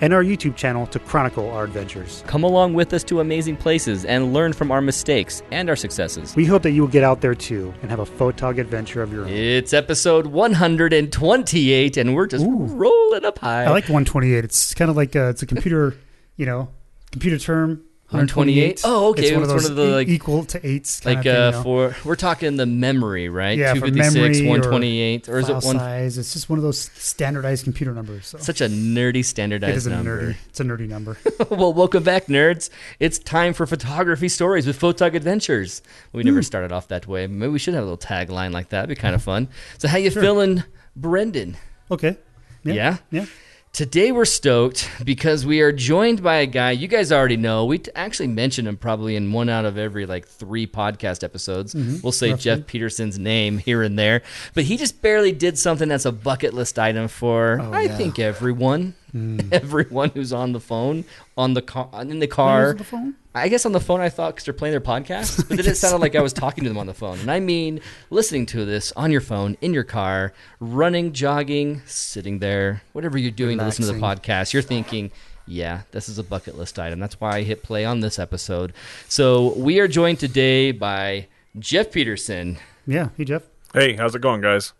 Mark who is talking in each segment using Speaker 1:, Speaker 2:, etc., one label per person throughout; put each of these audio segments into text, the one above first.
Speaker 1: and our YouTube channel to chronicle our adventures.
Speaker 2: Come along with us to amazing places and learn from our mistakes and our successes.
Speaker 1: We hope that you will get out there too and have a photog adventure of your own.
Speaker 2: It's episode 128, and we're just rolling up high.
Speaker 3: I like 128. It's kind of like uh it's a computer, you know, computer term.
Speaker 2: 128? Oh, okay.
Speaker 3: It's one of
Speaker 2: It's one
Speaker 3: those
Speaker 2: of the,
Speaker 3: e-
Speaker 2: like-
Speaker 3: equal to eights. Kind
Speaker 2: like
Speaker 3: of
Speaker 2: uh,
Speaker 3: thing, you know?
Speaker 2: for we're talking the memory, right?
Speaker 3: yeah, for memory
Speaker 2: 256, 128, or, is
Speaker 3: file
Speaker 2: it one?
Speaker 3: size. It's just one of those standardized computer numbers. So.
Speaker 2: Such a nerdy
Speaker 3: it
Speaker 2: standardized
Speaker 3: is a
Speaker 2: number.
Speaker 3: nerdy. It's a nerdy number.
Speaker 2: well, welcome back, nerds. It's time for photography stories with Photog Adventures. We
Speaker 3: Hmm.
Speaker 2: never started off that way. Maybe we should have a little tagline like that. It'd be kind of fun. So, how you feeling, Brendan?
Speaker 3: okay.
Speaker 2: Yeah?
Speaker 3: Yeah.
Speaker 2: Today we're stoked because we are joined by a guy you guys already know. We t- actually mentioned him probably in one out of every like three podcast episodes. We'll say Jeff Peterson's name here and there, but he just barely did something that's a bucket list item for I
Speaker 3: yeah.
Speaker 2: think everyone, everyone who's on the phone, on the car, in the car.
Speaker 3: Who's on the phone?
Speaker 2: I guess on the phone I thought because they're playing their podcast, but then it sounded like I was talking to them on the phone. And I mean listening to this on your phone, in your car, running, jogging, sitting there, whatever you're doing to listen to the
Speaker 3: Relaxing.
Speaker 2: podcast, you're thinking, yeah, this is a bucket list item. That's why I hit play on this episode. So we are joined today by Jeff Peterson.
Speaker 3: Yeah. Hey, Jeff.
Speaker 4: Hey, how's it going, guys?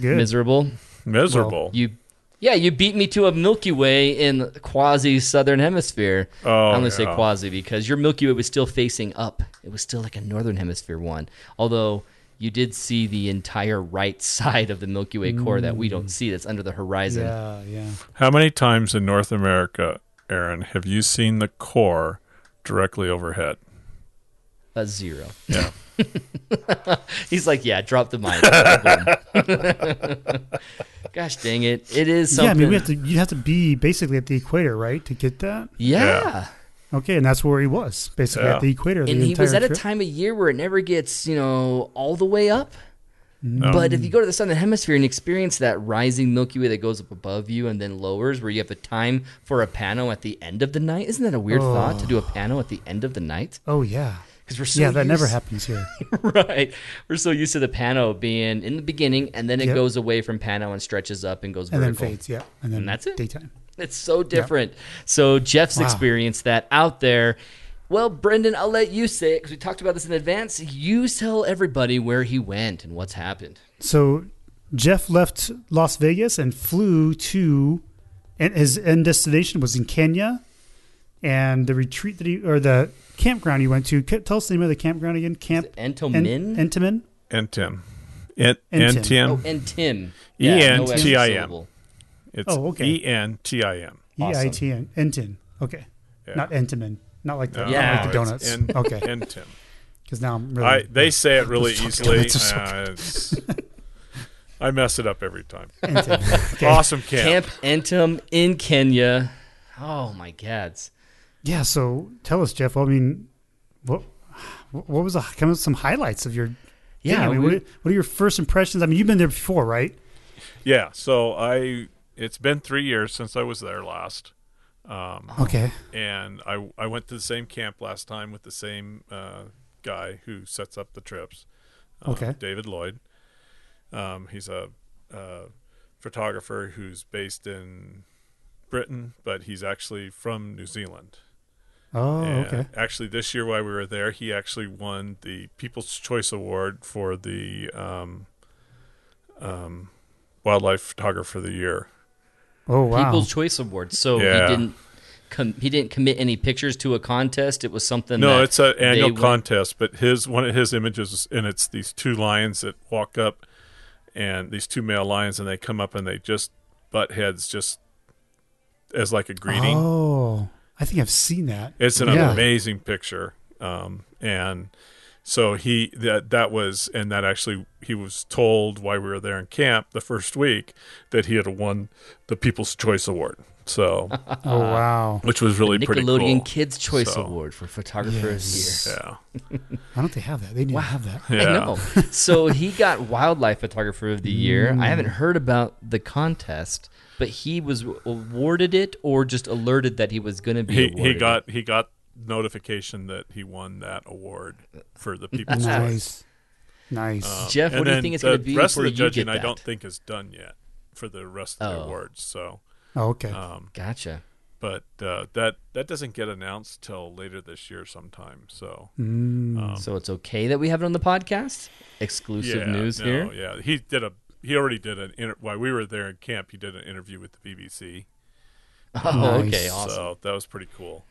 Speaker 3: Good.
Speaker 2: Miserable.
Speaker 4: Miserable.
Speaker 2: You yeah, you beat me to a Milky Way in quasi southern hemisphere.
Speaker 4: Oh,
Speaker 2: I'm gonna say
Speaker 4: yeah.
Speaker 2: quasi because your Milky Way was still facing up. It was still like a northern hemisphere one. Although you did see the entire right side of the Milky Way core that we don't see that's under the horizon.
Speaker 3: Mm. yeah. Yeah.
Speaker 4: How many times in North America, Aaron, have you seen the core directly overhead?
Speaker 2: A zero.
Speaker 4: Yeah.
Speaker 2: He's like, Yeah, drop the mic. Boom. Gosh dang it. It is something
Speaker 3: Yeah. I mean, we have to. You have to be basically at the equator, right, to get that.
Speaker 2: yeah.
Speaker 3: Okay, and that's where he was basically
Speaker 4: Yeah.
Speaker 3: at the equator. the
Speaker 2: and he
Speaker 3: entire
Speaker 2: was at a
Speaker 3: trip.
Speaker 2: time of year where it never gets you know all the way up
Speaker 4: No.
Speaker 2: but if you go to the southern hemisphere and experience that rising milky way that goes up above you and then lowers where you have the time for a pano at the end of the night isn't that a weird thought to do a pano at the end of the night
Speaker 3: Oh yeah.
Speaker 2: because we're so
Speaker 3: yeah, that never
Speaker 2: used-
Speaker 3: happens here.
Speaker 2: right we're so used to the pano being in the beginning and then it
Speaker 3: Yep.
Speaker 2: goes away from pano and stretches up and goes
Speaker 3: and then
Speaker 2: vertical
Speaker 3: fades. Yeah, and then
Speaker 2: And that's it.
Speaker 3: Daytime.
Speaker 2: It's so different. So Jeff's
Speaker 3: Wow.
Speaker 2: experienced that out there. Well, Brendan, I'll let you say it because we talked about this in advance. You tell everybody where he went and what's happened.
Speaker 3: So Jeff left Las Vegas and flew to, and his end destination was in Kenya, and the retreat that he or the campground he went to. ca- Tell us the name of the campground again. Camp En-
Speaker 2: Entomin
Speaker 3: Entomin.
Speaker 4: Entim. Ent-
Speaker 3: Entim.
Speaker 2: oh,
Speaker 4: Entim.
Speaker 2: and Tim.
Speaker 4: E-N-T-I-M.
Speaker 2: extra syllable.
Speaker 4: It's
Speaker 3: Oh, okay.
Speaker 4: E N T I M.
Speaker 3: E I T N. Entin. Okay,
Speaker 4: Yeah.
Speaker 3: not Entomin. Not like the,
Speaker 4: No,
Speaker 3: not
Speaker 2: Yeah.
Speaker 3: like the
Speaker 4: Uh, it's
Speaker 3: donuts.
Speaker 4: En-
Speaker 3: okay,
Speaker 4: Entim.
Speaker 3: because now I'm really.
Speaker 4: I, they say it really
Speaker 3: Those fucking
Speaker 4: easily.
Speaker 3: donuts are so
Speaker 4: Uh, it's- I mess it up every time.
Speaker 3: Entin. Okay.
Speaker 4: Awesome
Speaker 2: Camp
Speaker 4: camp.
Speaker 2: Entum in Kenya. Oh my gods.
Speaker 3: Yeah. So tell us, Jeff. I mean, what what was the, kind of some highlights of your?
Speaker 2: Yeah,
Speaker 3: thing? I mean,
Speaker 2: we-
Speaker 3: what, are, what are your first impressions? I mean, you've been there before, right?
Speaker 4: Yeah. So I. It's been three years since I was there last.
Speaker 3: Okay.
Speaker 4: and I I went to the same camp last time with the same uh, guy who sets up the trips. um,
Speaker 3: Okay.
Speaker 4: David Lloyd. Um, he's a, uh photographer who's based in Britain, but he's actually from New Zealand.
Speaker 3: Oh,
Speaker 4: And
Speaker 3: okay.
Speaker 4: Actually, this year while we were there, he actually won the People's Choice Award for the um, um, Wildlife Photographer of the Year.
Speaker 3: Oh, wow.
Speaker 2: People's Choice Award. So
Speaker 4: Yeah.
Speaker 2: he didn't com- he didn't commit any pictures to a contest. It was something
Speaker 4: No,
Speaker 2: that
Speaker 4: it's an
Speaker 2: they
Speaker 4: annual
Speaker 2: went-
Speaker 4: contest, but his one of his images, is- and it's these two lions that walk up, and these two male lions, and they come up and they just butt heads, just as like a greeting.
Speaker 3: Oh, I think I've seen that.
Speaker 4: It's an
Speaker 3: Oh, Yeah.
Speaker 4: amazing picture, um, and So he that that was and that actually he was told while we were there in camp the first week that he had won the People's Choice Award. So
Speaker 3: Oh wow!
Speaker 4: which was really pretty cool.
Speaker 2: Nickelodeon Kids Choice
Speaker 4: So-
Speaker 2: Award for Photographer of the Year.
Speaker 3: Yes.
Speaker 4: Yeah.
Speaker 3: Why don't they have that? They need to have that.
Speaker 4: Yeah. Mm.
Speaker 2: I know. so he got Wildlife Photographer of the Year. I haven't heard about the contest, but he was awarded it or just alerted that he was going to be
Speaker 4: He
Speaker 2: awarded
Speaker 4: he
Speaker 2: it.
Speaker 4: got he got notification that he won that award for the People's Choice.
Speaker 3: Nice, nice.
Speaker 2: Jeff,
Speaker 4: uh, And
Speaker 2: what do you
Speaker 4: then
Speaker 2: think it's
Speaker 4: the
Speaker 2: going to be
Speaker 4: rest
Speaker 2: before
Speaker 4: of the
Speaker 2: you
Speaker 4: judging
Speaker 2: get
Speaker 4: I
Speaker 2: that?
Speaker 4: don't think is done yet for the rest of the
Speaker 2: Oh.
Speaker 4: awards. So
Speaker 3: oh, okay.
Speaker 4: um
Speaker 2: Gotcha.
Speaker 4: but uh, that that doesn't get announced till later this year sometime. So
Speaker 3: Mm.
Speaker 4: um,
Speaker 2: So it's okay that we have it on the podcast? Exclusive news
Speaker 4: no,
Speaker 2: here.
Speaker 4: Yeah, he did a he already did an inter- while we were there in camp. He did an interview with the BBC.
Speaker 2: Oh,
Speaker 3: Nice.
Speaker 2: okay, awesome.
Speaker 4: So that was pretty cool.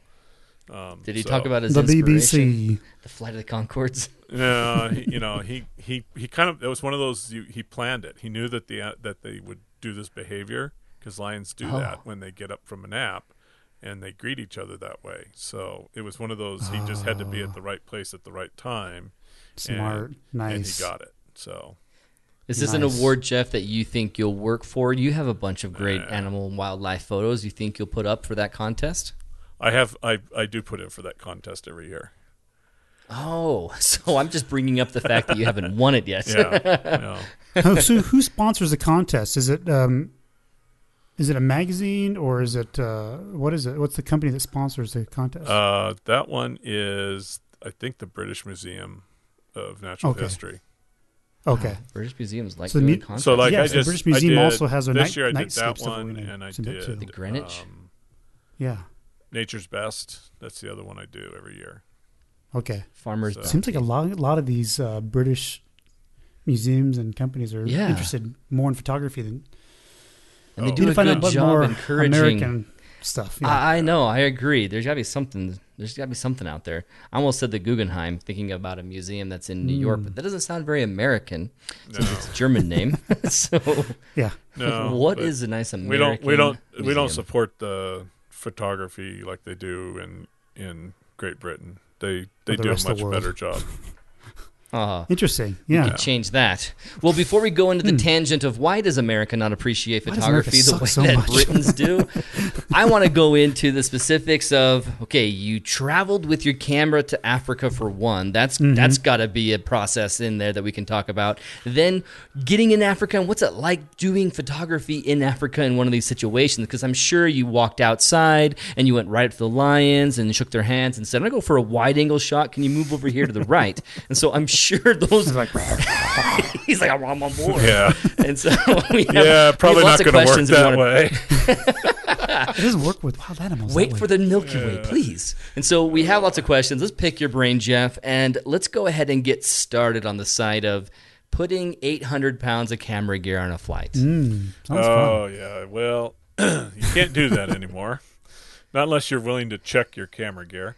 Speaker 4: Um,
Speaker 2: Did he
Speaker 4: so-
Speaker 2: talk about his
Speaker 3: the
Speaker 2: inspiration?
Speaker 3: BBC.
Speaker 2: The Flight of the Concords?
Speaker 4: No, he, you know he he he kind of it was one of those you, he planned it. He knew that the uh, that they would do this behavior because lions do
Speaker 3: Oh.
Speaker 4: that when they get up from a nap and they greet each other that way. So it was one of those he just had to be at the right place at the right time. and-
Speaker 3: Smart,
Speaker 4: and
Speaker 3: nice.
Speaker 4: he got it. So
Speaker 2: Is this an
Speaker 3: Nice.
Speaker 2: award, Jeff, that you think you'll work for? You have a bunch of great animal and wildlife photos you think you'll put up for that contest?
Speaker 4: I have I I do put in for that contest every year.
Speaker 2: Oh, so I'm just bringing up the fact that you haven't won it yet.
Speaker 4: Yeah, yeah.
Speaker 3: oh, so who sponsors the contest? Is it um, is it a magazine or is it uh, what is it? What's the company that sponsors the contest?
Speaker 4: Uh, that one is I think the British Museum of Natural
Speaker 3: Okay.
Speaker 4: History.
Speaker 3: okay,
Speaker 2: British museums like
Speaker 3: So
Speaker 2: doing
Speaker 3: mu-
Speaker 2: contests.
Speaker 4: So like
Speaker 3: Yeah,
Speaker 4: I
Speaker 3: so
Speaker 4: just
Speaker 3: British
Speaker 4: I
Speaker 3: Museum
Speaker 4: did-
Speaker 3: also has a
Speaker 4: this
Speaker 3: night-
Speaker 4: year I did
Speaker 3: nightscape
Speaker 4: that
Speaker 3: stuff that we
Speaker 4: one
Speaker 3: didn't
Speaker 4: and I
Speaker 3: submit
Speaker 4: did
Speaker 3: to. The
Speaker 2: Greenwich?
Speaker 4: um,
Speaker 3: yeah,
Speaker 4: Nature's Best. That's the other one I do every year.
Speaker 3: okay.
Speaker 2: farmers.
Speaker 4: so-
Speaker 3: Seems like a lot, a lot of these uh, British museums and companies are
Speaker 2: Yeah.
Speaker 3: interested more in photography than
Speaker 2: and they
Speaker 4: Oh.
Speaker 3: Need
Speaker 2: do
Speaker 3: to
Speaker 2: a
Speaker 3: find out
Speaker 2: good
Speaker 3: what
Speaker 2: job
Speaker 3: more
Speaker 2: encouraging. Uh,
Speaker 3: American stuff. Yeah.
Speaker 2: I, I know. I agree. There's got to be something. There's got to be something out there. I almost said the Guggenheim, thinking about a museum that's in New
Speaker 3: Hmm.
Speaker 2: York, but that doesn't sound very American.
Speaker 4: No,
Speaker 2: since It's a German name. so
Speaker 3: yeah.
Speaker 4: no
Speaker 2: what
Speaker 4: but
Speaker 2: is a nice American?
Speaker 4: we don't we don't we
Speaker 2: museum?
Speaker 4: don't support the photography like they do in in Great Britain. They they
Speaker 3: the
Speaker 4: do a
Speaker 3: rest of the
Speaker 4: much
Speaker 3: world.
Speaker 4: better job.
Speaker 2: Ah.
Speaker 3: Interesting. Yeah. Hmm.
Speaker 2: could change that. Well, before we go into the tangent of why does America not appreciate
Speaker 3: Why does America
Speaker 2: photography the
Speaker 3: suck
Speaker 2: way
Speaker 3: so
Speaker 2: that
Speaker 3: much?
Speaker 2: Britons do, I want to go into the specifics of okay, you traveled with your camera to Africa for one. That's
Speaker 3: Mm-hmm.
Speaker 2: that's got to be a process in there that we can talk about. Then getting in Africa and what's it like doing photography in Africa in one of these situations because I'm sure you walked outside and you went right up to the lions and shook their hands and said, "I'm going to go for a wide angle shot. Can you move over here to the right?" And so I'm sure those
Speaker 3: It's like
Speaker 2: He's like, I'm on my board.
Speaker 4: Yeah.
Speaker 2: And so we have,
Speaker 4: Yeah, probably
Speaker 2: we have
Speaker 4: not
Speaker 2: lots of questions.
Speaker 4: going to work
Speaker 2: if you
Speaker 4: that
Speaker 2: wanna-
Speaker 4: way.
Speaker 3: it doesn't work with wild animals.
Speaker 2: Wait
Speaker 3: that
Speaker 2: for
Speaker 3: way.
Speaker 2: the Milky Way, please. And so we have lots of questions. Let's pick your brain, Jeff, and let's go ahead and get started on the side of putting 800 pounds of camera gear on a flight.
Speaker 3: Mm, Sounds fun.
Speaker 4: oh yeah. Well, you can't do that anymore. Not unless you're willing to check your camera gear.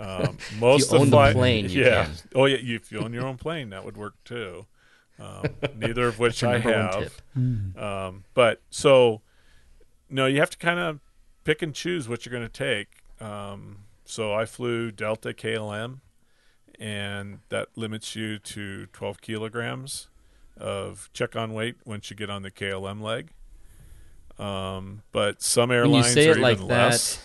Speaker 4: Um, most
Speaker 2: own
Speaker 4: of
Speaker 2: the
Speaker 4: flight-
Speaker 2: plane, you
Speaker 4: yeah.
Speaker 2: can.
Speaker 4: Oh yeah. you- If you own your own plane, that would work too. Um, neither of which
Speaker 2: Your
Speaker 4: I
Speaker 2: number one
Speaker 4: have. Um, but so, no, you have to kind of pick and choose what you're going to take. Um, so I flew Delta KLM, and that limits you to 12 kilograms of check on weight once you get on the KLM leg. Um, but some
Speaker 2: When you
Speaker 4: airlines
Speaker 2: say
Speaker 4: are
Speaker 2: it like
Speaker 4: even
Speaker 2: that.
Speaker 4: less.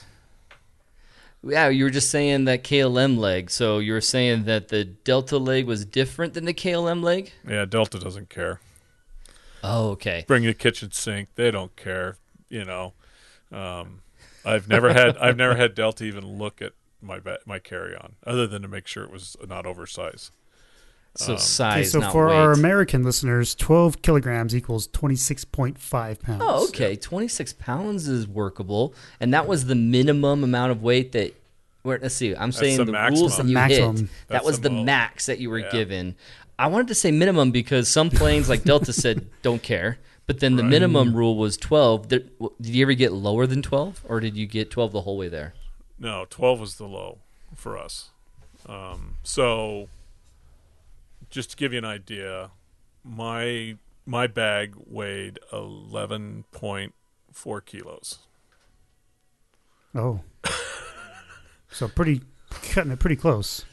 Speaker 2: Yeah, you were just saying that KLM leg. So you were saying that the Delta leg was different than the KLM leg?
Speaker 4: Yeah, Delta doesn't care.
Speaker 2: Oh, okay.
Speaker 4: Bring the kitchen sink; they don't care. You know, um, I've never had I've never had Delta even look at my ba- my carry on other than to make sure it was not oversized. Um,
Speaker 2: So
Speaker 3: Okay,
Speaker 2: size,
Speaker 3: so
Speaker 2: not
Speaker 3: for
Speaker 2: weight.
Speaker 3: our American listeners, 12 kilograms equals 26.5 pounds.
Speaker 2: Oh, okay. 26 pounds is workable. And that was the minimum amount of weight that. Wait, let's see. I'm saying
Speaker 4: the
Speaker 2: the,
Speaker 4: maximum.
Speaker 2: rules that
Speaker 4: That's
Speaker 3: the
Speaker 2: you
Speaker 3: maximum.
Speaker 2: hit. That
Speaker 4: That's
Speaker 2: was
Speaker 4: the
Speaker 2: the
Speaker 4: mo-
Speaker 2: max that you were
Speaker 4: Yeah.
Speaker 2: given. I wanted to say minimum because some planes, like Delta, said don't care. But then the
Speaker 4: Right.
Speaker 2: minimum rule was 12. Did, w- did you ever get lower than 12, or did you get 12 the whole way there?
Speaker 4: No, twelve was the low for us. Um, so, just to give you an idea, my my bag weighed eleven point four kilos.
Speaker 3: Oh. so pretty cutting it pretty close.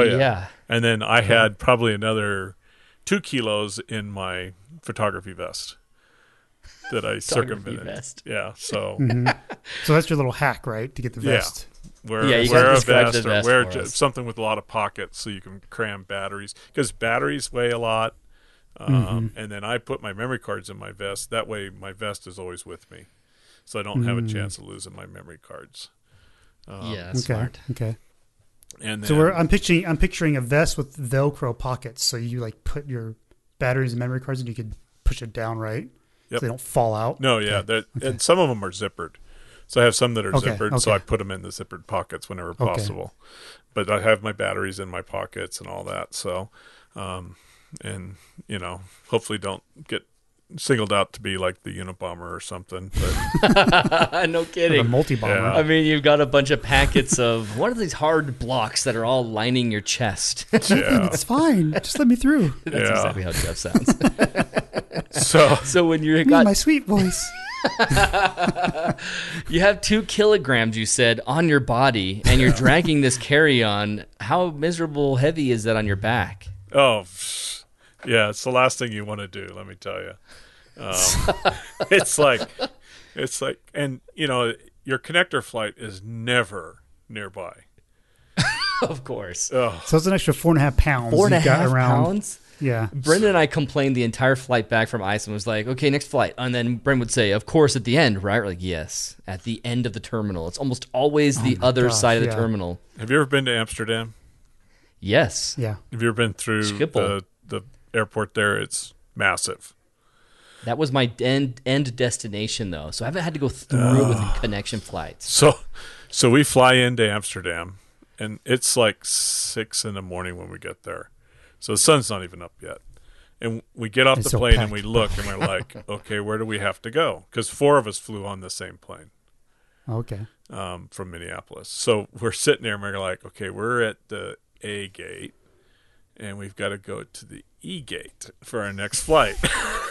Speaker 4: yeah. And then I had probably another two kilos in my photography vest that I circumvented.
Speaker 2: vest.
Speaker 4: Yeah. So
Speaker 3: So that's your little hack, right, to get the
Speaker 4: Yeah.
Speaker 3: vest?
Speaker 4: wear,
Speaker 2: Yeah, you
Speaker 4: wear
Speaker 2: gotta
Speaker 4: a
Speaker 2: describe the
Speaker 4: vest or
Speaker 2: vest
Speaker 4: wear
Speaker 2: for
Speaker 4: ju-
Speaker 2: us.
Speaker 4: something with a lot of pockets so you can cram batteries because batteries weigh a lot. Um,
Speaker 2: Mm-hmm.
Speaker 4: And then I put my memory cards in my vest. That way, my vest is always with me, so I don't have a
Speaker 2: Mm.
Speaker 4: chance of losing my memory cards. Oh.
Speaker 2: yeah,
Speaker 3: okay.
Speaker 2: smart.
Speaker 3: Okay.
Speaker 4: And then,
Speaker 3: So we're, I'm picturing I'm picturing a vest with Velcro pockets, so you like put your batteries and memory cards, and you could push it down, right? So
Speaker 4: Yep.
Speaker 3: they don't fall out.
Speaker 4: no, yeah, that and some of them are zippered. So I have some that are
Speaker 3: Okay,
Speaker 4: zippered, so
Speaker 3: okay.
Speaker 4: I put them in the zippered pockets whenever possible. But I have my batteries in my pockets and all that. So, um, and you know, hopefully don't get singled out to be like the Unabomber or something. But
Speaker 2: Uh, no
Speaker 3: Or a
Speaker 2: kidding.
Speaker 3: multi bomber.
Speaker 2: I mean, you've got a bunch of packets of what are these hard blocks that are all lining your chest? That's
Speaker 4: yeah,
Speaker 3: It's fine. Just let me through.
Speaker 4: yeah.
Speaker 2: exactly how Jeff sounds.
Speaker 4: So
Speaker 2: so when you
Speaker 3: Me and
Speaker 2: got
Speaker 3: my sweet voice.
Speaker 2: you have two kilograms, you said, on your body, and you're dragging this carry-on. How miserable heavy is that on your back?
Speaker 4: Oh, pff, yeah, it's the last thing you want to do. Let me tell you, um, it's like, it's like, and you know, your connector flight is never nearby.
Speaker 2: Of course,
Speaker 3: So it's an extra four and a half pounds.
Speaker 2: four and a
Speaker 3: you've Uh, got
Speaker 2: half
Speaker 3: around.
Speaker 2: pounds.
Speaker 3: Yeah.
Speaker 2: Brendan and I complained the entire flight back from Iceland was like, okay, next flight. And then Brendan would say, of course, at the end, right? We're like, yes, at the end of the terminal. It's almost always the other
Speaker 3: Oh gosh,
Speaker 2: side of the
Speaker 3: yeah.
Speaker 2: terminal.
Speaker 4: Have you ever been to Amsterdam?
Speaker 2: Yes.
Speaker 3: Yeah.
Speaker 4: Have you ever been through
Speaker 2: Schiphol.
Speaker 4: the the airport there? It's massive.
Speaker 2: That was my end, end destination, though. So I haven't had to go through it with connection flights.
Speaker 4: So, so we fly into Amsterdam, and it's like six in the morning when we get there. So the sun's not even up yet, and we get off
Speaker 3: It's
Speaker 4: the
Speaker 3: so
Speaker 4: plane
Speaker 3: packed.
Speaker 4: and we look and we're like, okay, where do we have to go? Because four of us flew on the same plane
Speaker 3: Okay.
Speaker 4: um, from Minneapolis. So we're sitting there and we're like, okay, we're at the A gate, and we've got to go to the E gate for our next flight.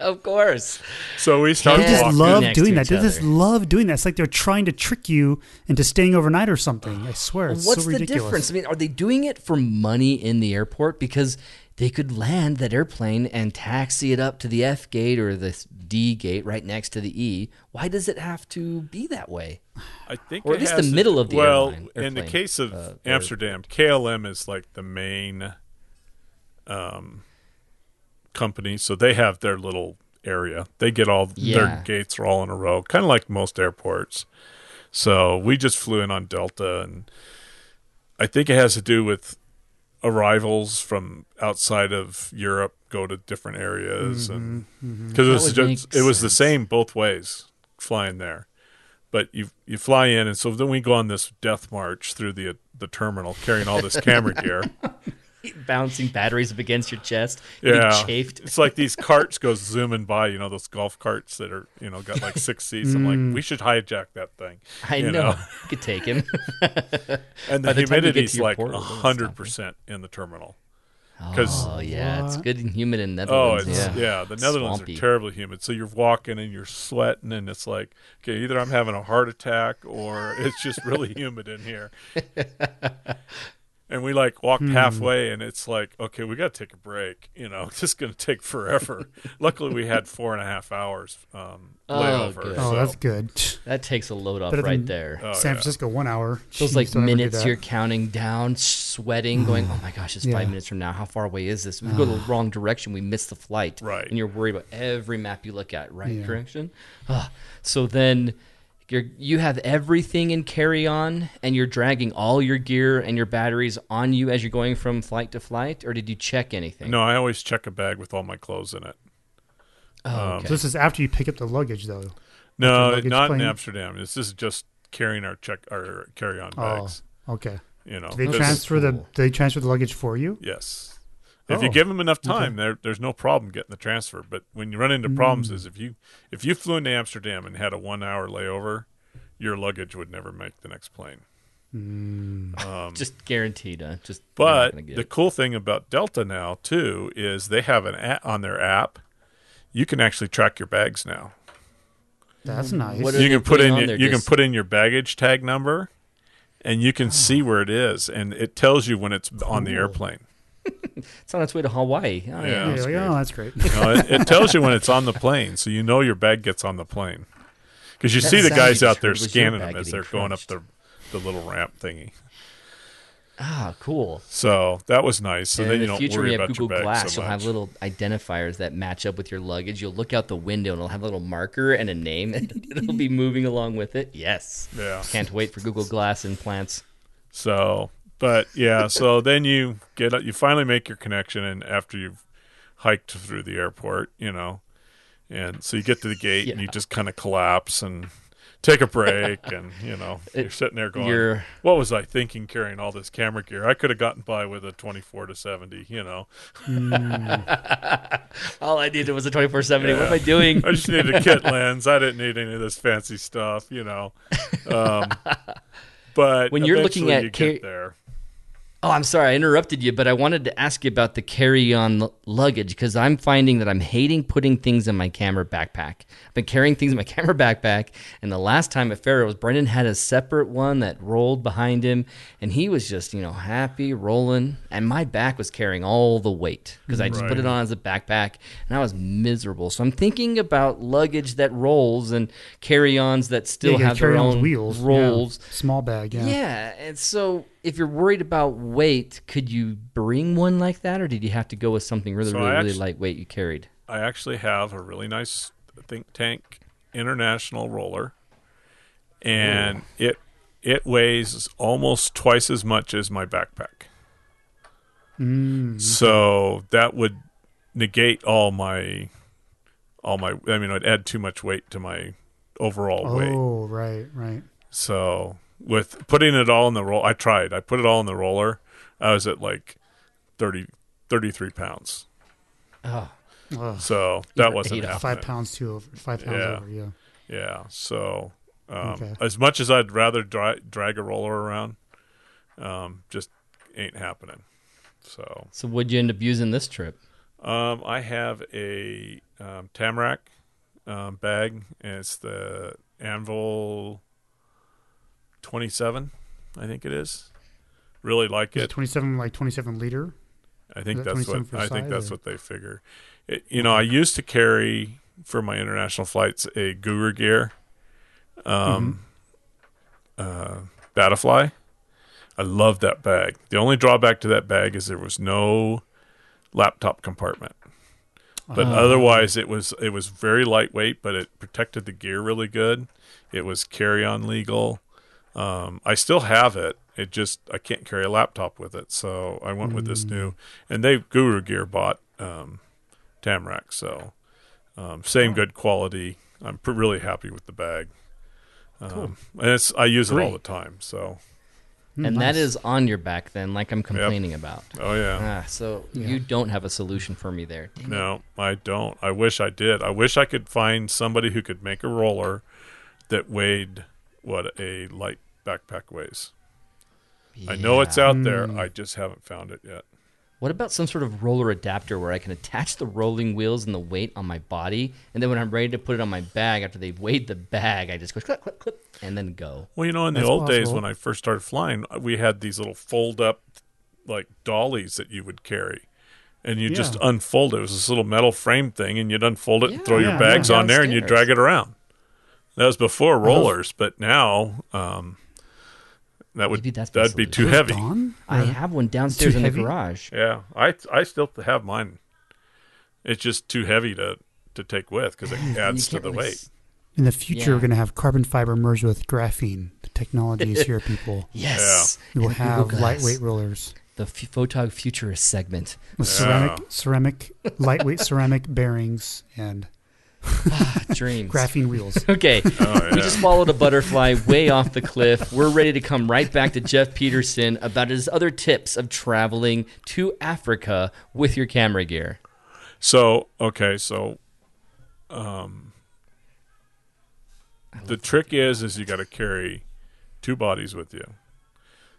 Speaker 2: Of course.
Speaker 4: so we start
Speaker 3: They
Speaker 2: Yeah.
Speaker 4: walking.
Speaker 3: just love
Speaker 2: Next to
Speaker 3: doing that.
Speaker 2: each
Speaker 3: They just
Speaker 2: other.
Speaker 3: love doing that. It's like they're trying to trick you into staying overnight or something. I swear, it's
Speaker 2: What's
Speaker 3: so
Speaker 2: the
Speaker 3: ridiculous.
Speaker 2: difference? I mean, are they doing it for money in the airport? Because they could land that airplane and taxi it up to the F gate or the D gate right next to the E. Why does it have to be that way?
Speaker 4: I think,
Speaker 2: Or at
Speaker 4: it
Speaker 2: least
Speaker 4: has
Speaker 2: the
Speaker 4: to-
Speaker 2: middle of the
Speaker 4: well,
Speaker 2: airline-
Speaker 4: in the
Speaker 2: airplane,
Speaker 4: case of
Speaker 2: uh, or-
Speaker 4: Amsterdam, KLM is like the main um, company, so they have their little area. They get all
Speaker 2: Yeah.
Speaker 4: their gates are all in a row, kind of like most airports. So we just flew in on Delta, and I think it has to do with arrivals from outside of Europe go to different areas, and because it was
Speaker 2: That would
Speaker 4: just
Speaker 2: make
Speaker 4: it was the
Speaker 2: sense.
Speaker 4: same both ways flying there but you you fly in, and so then we go on this death march through the the terminal, carrying all this camera gear.
Speaker 2: Bouncing batteries up against your chest, getting
Speaker 4: Yeah,
Speaker 2: chafed.
Speaker 4: it's like these carts go zooming by. You know those golf carts that are you know got like six seats. I'm like, we should hijack that thing.
Speaker 2: I
Speaker 4: you
Speaker 2: know. You could take him.
Speaker 4: And the,
Speaker 2: the time you get
Speaker 4: humidity's
Speaker 2: to your
Speaker 4: like
Speaker 2: portal, it's
Speaker 4: hundred percent in the terminal. Because
Speaker 2: Oh, yeah. It's good and humid in
Speaker 4: oh,
Speaker 2: Netherlands.
Speaker 4: it's yeah.
Speaker 2: yeah.
Speaker 4: the Netherlands
Speaker 2: Swampy.
Speaker 4: are terribly humid. So you're walking and you're sweating, and it's like, okay, either I'm having a heart attack or it's just really humid in here. And we like walked
Speaker 2: Hmm.
Speaker 4: halfway, and it's like, okay, we got to take a break. You know, this is going to take forever. Luckily, we had four and a half hours um,
Speaker 2: Oh,
Speaker 4: layover.
Speaker 2: good.
Speaker 3: Oh,
Speaker 4: so-
Speaker 3: that's good.
Speaker 2: That takes a load off
Speaker 3: Better
Speaker 2: right
Speaker 3: than-
Speaker 2: there.
Speaker 4: oh,
Speaker 3: San
Speaker 4: yeah.
Speaker 3: Francisco, one hour.
Speaker 2: Those
Speaker 3: Jeez,
Speaker 2: like
Speaker 3: don't ever do
Speaker 2: minutes
Speaker 3: that. Mm.
Speaker 2: you're counting down, sweating, going, "Oh my gosh, it's
Speaker 3: Yeah.
Speaker 2: five minutes from now. How far away is this? We go the wrong direction, we miss the flight."
Speaker 4: Right.
Speaker 2: and you're worried about every map you look at, right
Speaker 3: Yeah.
Speaker 2: direction. Ah, so then, you're you have everything in carry on, and you're dragging all your gear and your batteries on you as you're going from flight to flight, or did you check anything?
Speaker 4: No, I always check a bag with all my clothes in it.
Speaker 2: Oh, okay.
Speaker 3: So this is after you pick up the luggage, though.
Speaker 4: No,
Speaker 3: luggage
Speaker 4: not
Speaker 3: plane?
Speaker 4: in Amsterdam. This is just carrying our check, our carry-on
Speaker 3: Oh,
Speaker 4: bags.
Speaker 3: okay.
Speaker 4: You know,
Speaker 3: Do they
Speaker 4: this is-
Speaker 3: transfer the?
Speaker 2: cool.
Speaker 3: Do they transfer the luggage for you?
Speaker 4: Yes. If you
Speaker 3: Oh,
Speaker 4: give them enough time, there there's no problem getting the transfer. But when you run into problems,
Speaker 2: Mm.
Speaker 4: is if you if you flew into Amsterdam and had a one hour layover, your luggage would never make the next plane.
Speaker 2: just guaranteed, huh? Just you're not
Speaker 4: Um, But
Speaker 2: gonna get
Speaker 4: the
Speaker 2: it.
Speaker 4: cool thing about Delta now too is they have an app on their app. You can actually track your bags now.
Speaker 3: That's nice.
Speaker 2: Mm, What are
Speaker 4: You
Speaker 2: they
Speaker 4: can put
Speaker 2: putting
Speaker 4: in
Speaker 2: on
Speaker 4: your,
Speaker 2: there?
Speaker 4: you can
Speaker 2: Just-
Speaker 4: put in your baggage tag number, and you can see
Speaker 2: Oh.
Speaker 4: where it is, and it tells you when it's on the airplane.
Speaker 2: It's on its way to Hawaii. Oh,
Speaker 4: Yeah.
Speaker 2: yeah.
Speaker 3: Yeah,
Speaker 4: that's
Speaker 3: like,
Speaker 4: great.
Speaker 3: oh, that's great.
Speaker 4: You know, it, it tells you when it's on the plane, so you know your bag gets on the plane. Because you
Speaker 2: That
Speaker 4: see the
Speaker 2: sound
Speaker 4: guys
Speaker 2: you
Speaker 4: out
Speaker 2: described
Speaker 4: there
Speaker 2: was your
Speaker 4: scanning
Speaker 2: bag
Speaker 4: them as
Speaker 2: getting
Speaker 4: they're going up
Speaker 2: crunched.
Speaker 4: the the little ramp thingy.
Speaker 2: Ah, cool.
Speaker 4: So that was nice. So
Speaker 2: and
Speaker 4: then
Speaker 2: in
Speaker 4: you
Speaker 2: the
Speaker 4: don't
Speaker 2: future,
Speaker 4: worry
Speaker 2: we have
Speaker 4: about
Speaker 2: Google
Speaker 4: your bag
Speaker 2: Glass.
Speaker 4: so
Speaker 2: You'll have
Speaker 4: much.
Speaker 2: little identifiers that match up with your luggage. You'll look out the window and it'll have a little marker and a name, and it'll be moving along with it. Yes.
Speaker 4: Yeah.
Speaker 2: Can't wait for Google Glass implants.
Speaker 4: So, but yeah, so then you get you finally make your connection, and after you've hiked through the airport, you know, and so you get to the gate and you
Speaker 2: Yeah.
Speaker 4: just kind of collapse and take a break, and you know, you're sitting there going,
Speaker 2: you're-
Speaker 4: "What was I thinking carrying all this camera gear? I could have gotten by with a 24 to 70, you know.
Speaker 2: All I needed was a 2470. What am I
Speaker 4: Yeah.
Speaker 2: doing?
Speaker 4: I just needed a kit lens. I didn't need any of this fancy stuff, you know." Um, but
Speaker 2: When you're looking
Speaker 4: eventually
Speaker 2: at
Speaker 4: you
Speaker 2: car-
Speaker 4: get there,
Speaker 2: Oh, I'm sorry, I interrupted you, but I wanted to ask you about the carry-on l- luggage because I'm finding that I'm hating putting things in my camera backpack. I've been carrying things in my camera backpack, and the last time at Pharaoh's, Brendan had a separate one that rolled behind him, and he was just, you know, happy rolling, and my back was carrying all the weight because I just put
Speaker 4: Right.
Speaker 2: it on as a backpack, and I was miserable. So I'm thinking about luggage that rolls and carry-ons that still
Speaker 3: yeah,
Speaker 2: have their
Speaker 3: carry-ons
Speaker 2: own
Speaker 3: wheels, yeah.
Speaker 2: rolls.
Speaker 3: small bag. Yeah.
Speaker 2: Yeah. and so if you're worried about weight, could you bring one like that, or did you have to go with something really,
Speaker 4: So
Speaker 2: really,
Speaker 4: I
Speaker 2: really
Speaker 4: actu-
Speaker 2: lightweight you carried?
Speaker 4: I actually have a really nice think tank international roller, and it it weighs almost twice as much as my backpack.
Speaker 3: Mm,
Speaker 4: So that would negate all my all my. I mean, I'd add too much weight to my overall weight.
Speaker 3: Oh, right, right.
Speaker 4: So with putting it all in the roll, I tried. I put it all in the roller. I was at like 30, 33 pounds.
Speaker 2: Oh,
Speaker 3: Ugh.
Speaker 4: So that wasn't
Speaker 2: eight or
Speaker 4: happening.
Speaker 3: Five pounds too over. Five pounds
Speaker 4: Yeah.
Speaker 3: over. Yeah.
Speaker 4: Yeah. So, um,
Speaker 3: Okay.
Speaker 4: as much as I'd rather dra- drag a roller around, um, just ain't happening. So,
Speaker 2: so would you end up using this trip?
Speaker 4: um, I have a um, Tamarack um, bag, and it's the Anvil 27, I think it is. Really like
Speaker 3: Is
Speaker 4: it.
Speaker 3: it twenty-seven like twenty-seven liter?
Speaker 4: I think
Speaker 3: Is that
Speaker 4: that's
Speaker 3: 27
Speaker 4: what
Speaker 3: for
Speaker 4: I think
Speaker 3: size,
Speaker 4: that's
Speaker 3: or-
Speaker 4: what they figure. It, you know, I used to carry for my international flights a Guru Gear, um,
Speaker 3: Mm-hmm.
Speaker 4: uh, Battlefly. I love that bag. The only drawback to that bag is there was no laptop compartment, but otherwise it was it was very lightweight, but it protected the gear really good. It was carry on legal. Um, I still have it. It just I can't carry a laptop with it, so I went with this new. And they Guru Gear bought um, Tamrac, so um, same good quality. I'm pr- really happy with the bag, um, and it's I use it all the time. So Hmm,
Speaker 2: and that is on your back then, like I'm complaining about.
Speaker 4: oh yeah,
Speaker 2: Ah, so you don't have a solution for me there. Dang it.
Speaker 4: no, I don't. I wish I did. I wish I could find somebody who could make a roller that weighed what a light backpack weighs. I know it's
Speaker 2: Yeah.
Speaker 4: out there. I just haven't found it yet.
Speaker 2: What about some sort of roller adapter where I can attach the rolling wheels and the weight on my body, and then when I'm ready to put it on my bag after they've weighed the bag, I just go click, click, click, and then go.
Speaker 4: Well, you know, in the
Speaker 3: That's
Speaker 4: old days
Speaker 3: possible.
Speaker 4: when I first started flying, uh, we had these little fold up like dollies that you would carry. And you just
Speaker 3: Yeah.
Speaker 4: unfold it. It was this little metal frame thing, and you'd unfold it and throw
Speaker 3: Yeah,
Speaker 4: your bags
Speaker 2: yeah. Uh-huh.
Speaker 4: on there and you
Speaker 2: Downstairs.
Speaker 4: drag it around. That was before rollers, but now um, that would
Speaker 2: Maybe that's my
Speaker 4: that'd be
Speaker 2: solution.
Speaker 4: too heavy.
Speaker 3: Dawn?
Speaker 2: I have one downstairs in the
Speaker 3: heavy?
Speaker 2: garage.
Speaker 4: Yeah, I I still have mine. It's just too heavy to to take with because it
Speaker 2: And you
Speaker 4: adds to
Speaker 2: can't
Speaker 4: the
Speaker 2: really
Speaker 4: weight.
Speaker 2: s-
Speaker 3: In the future,
Speaker 2: Yeah.
Speaker 3: we're going to have carbon fiber merged with graphene. The technology is here, people.
Speaker 2: Yes.
Speaker 3: We will
Speaker 2: And Google
Speaker 3: have
Speaker 2: Glass.
Speaker 3: lightweight rollers
Speaker 2: The f- Photog Futurist segment.
Speaker 3: with ceramic, ceramic, lightweight ceramic bearings and
Speaker 2: Dreams.
Speaker 3: graphene wheels.
Speaker 2: Okay.
Speaker 4: Oh,
Speaker 2: We
Speaker 4: yeah.
Speaker 2: just followed a butterfly way off the cliff. We're ready to come right back to Jeff Peterson about his other tips of traveling to Africa with your camera gear.
Speaker 4: So okay, so um, the trick is is you got to carry two bodies with you.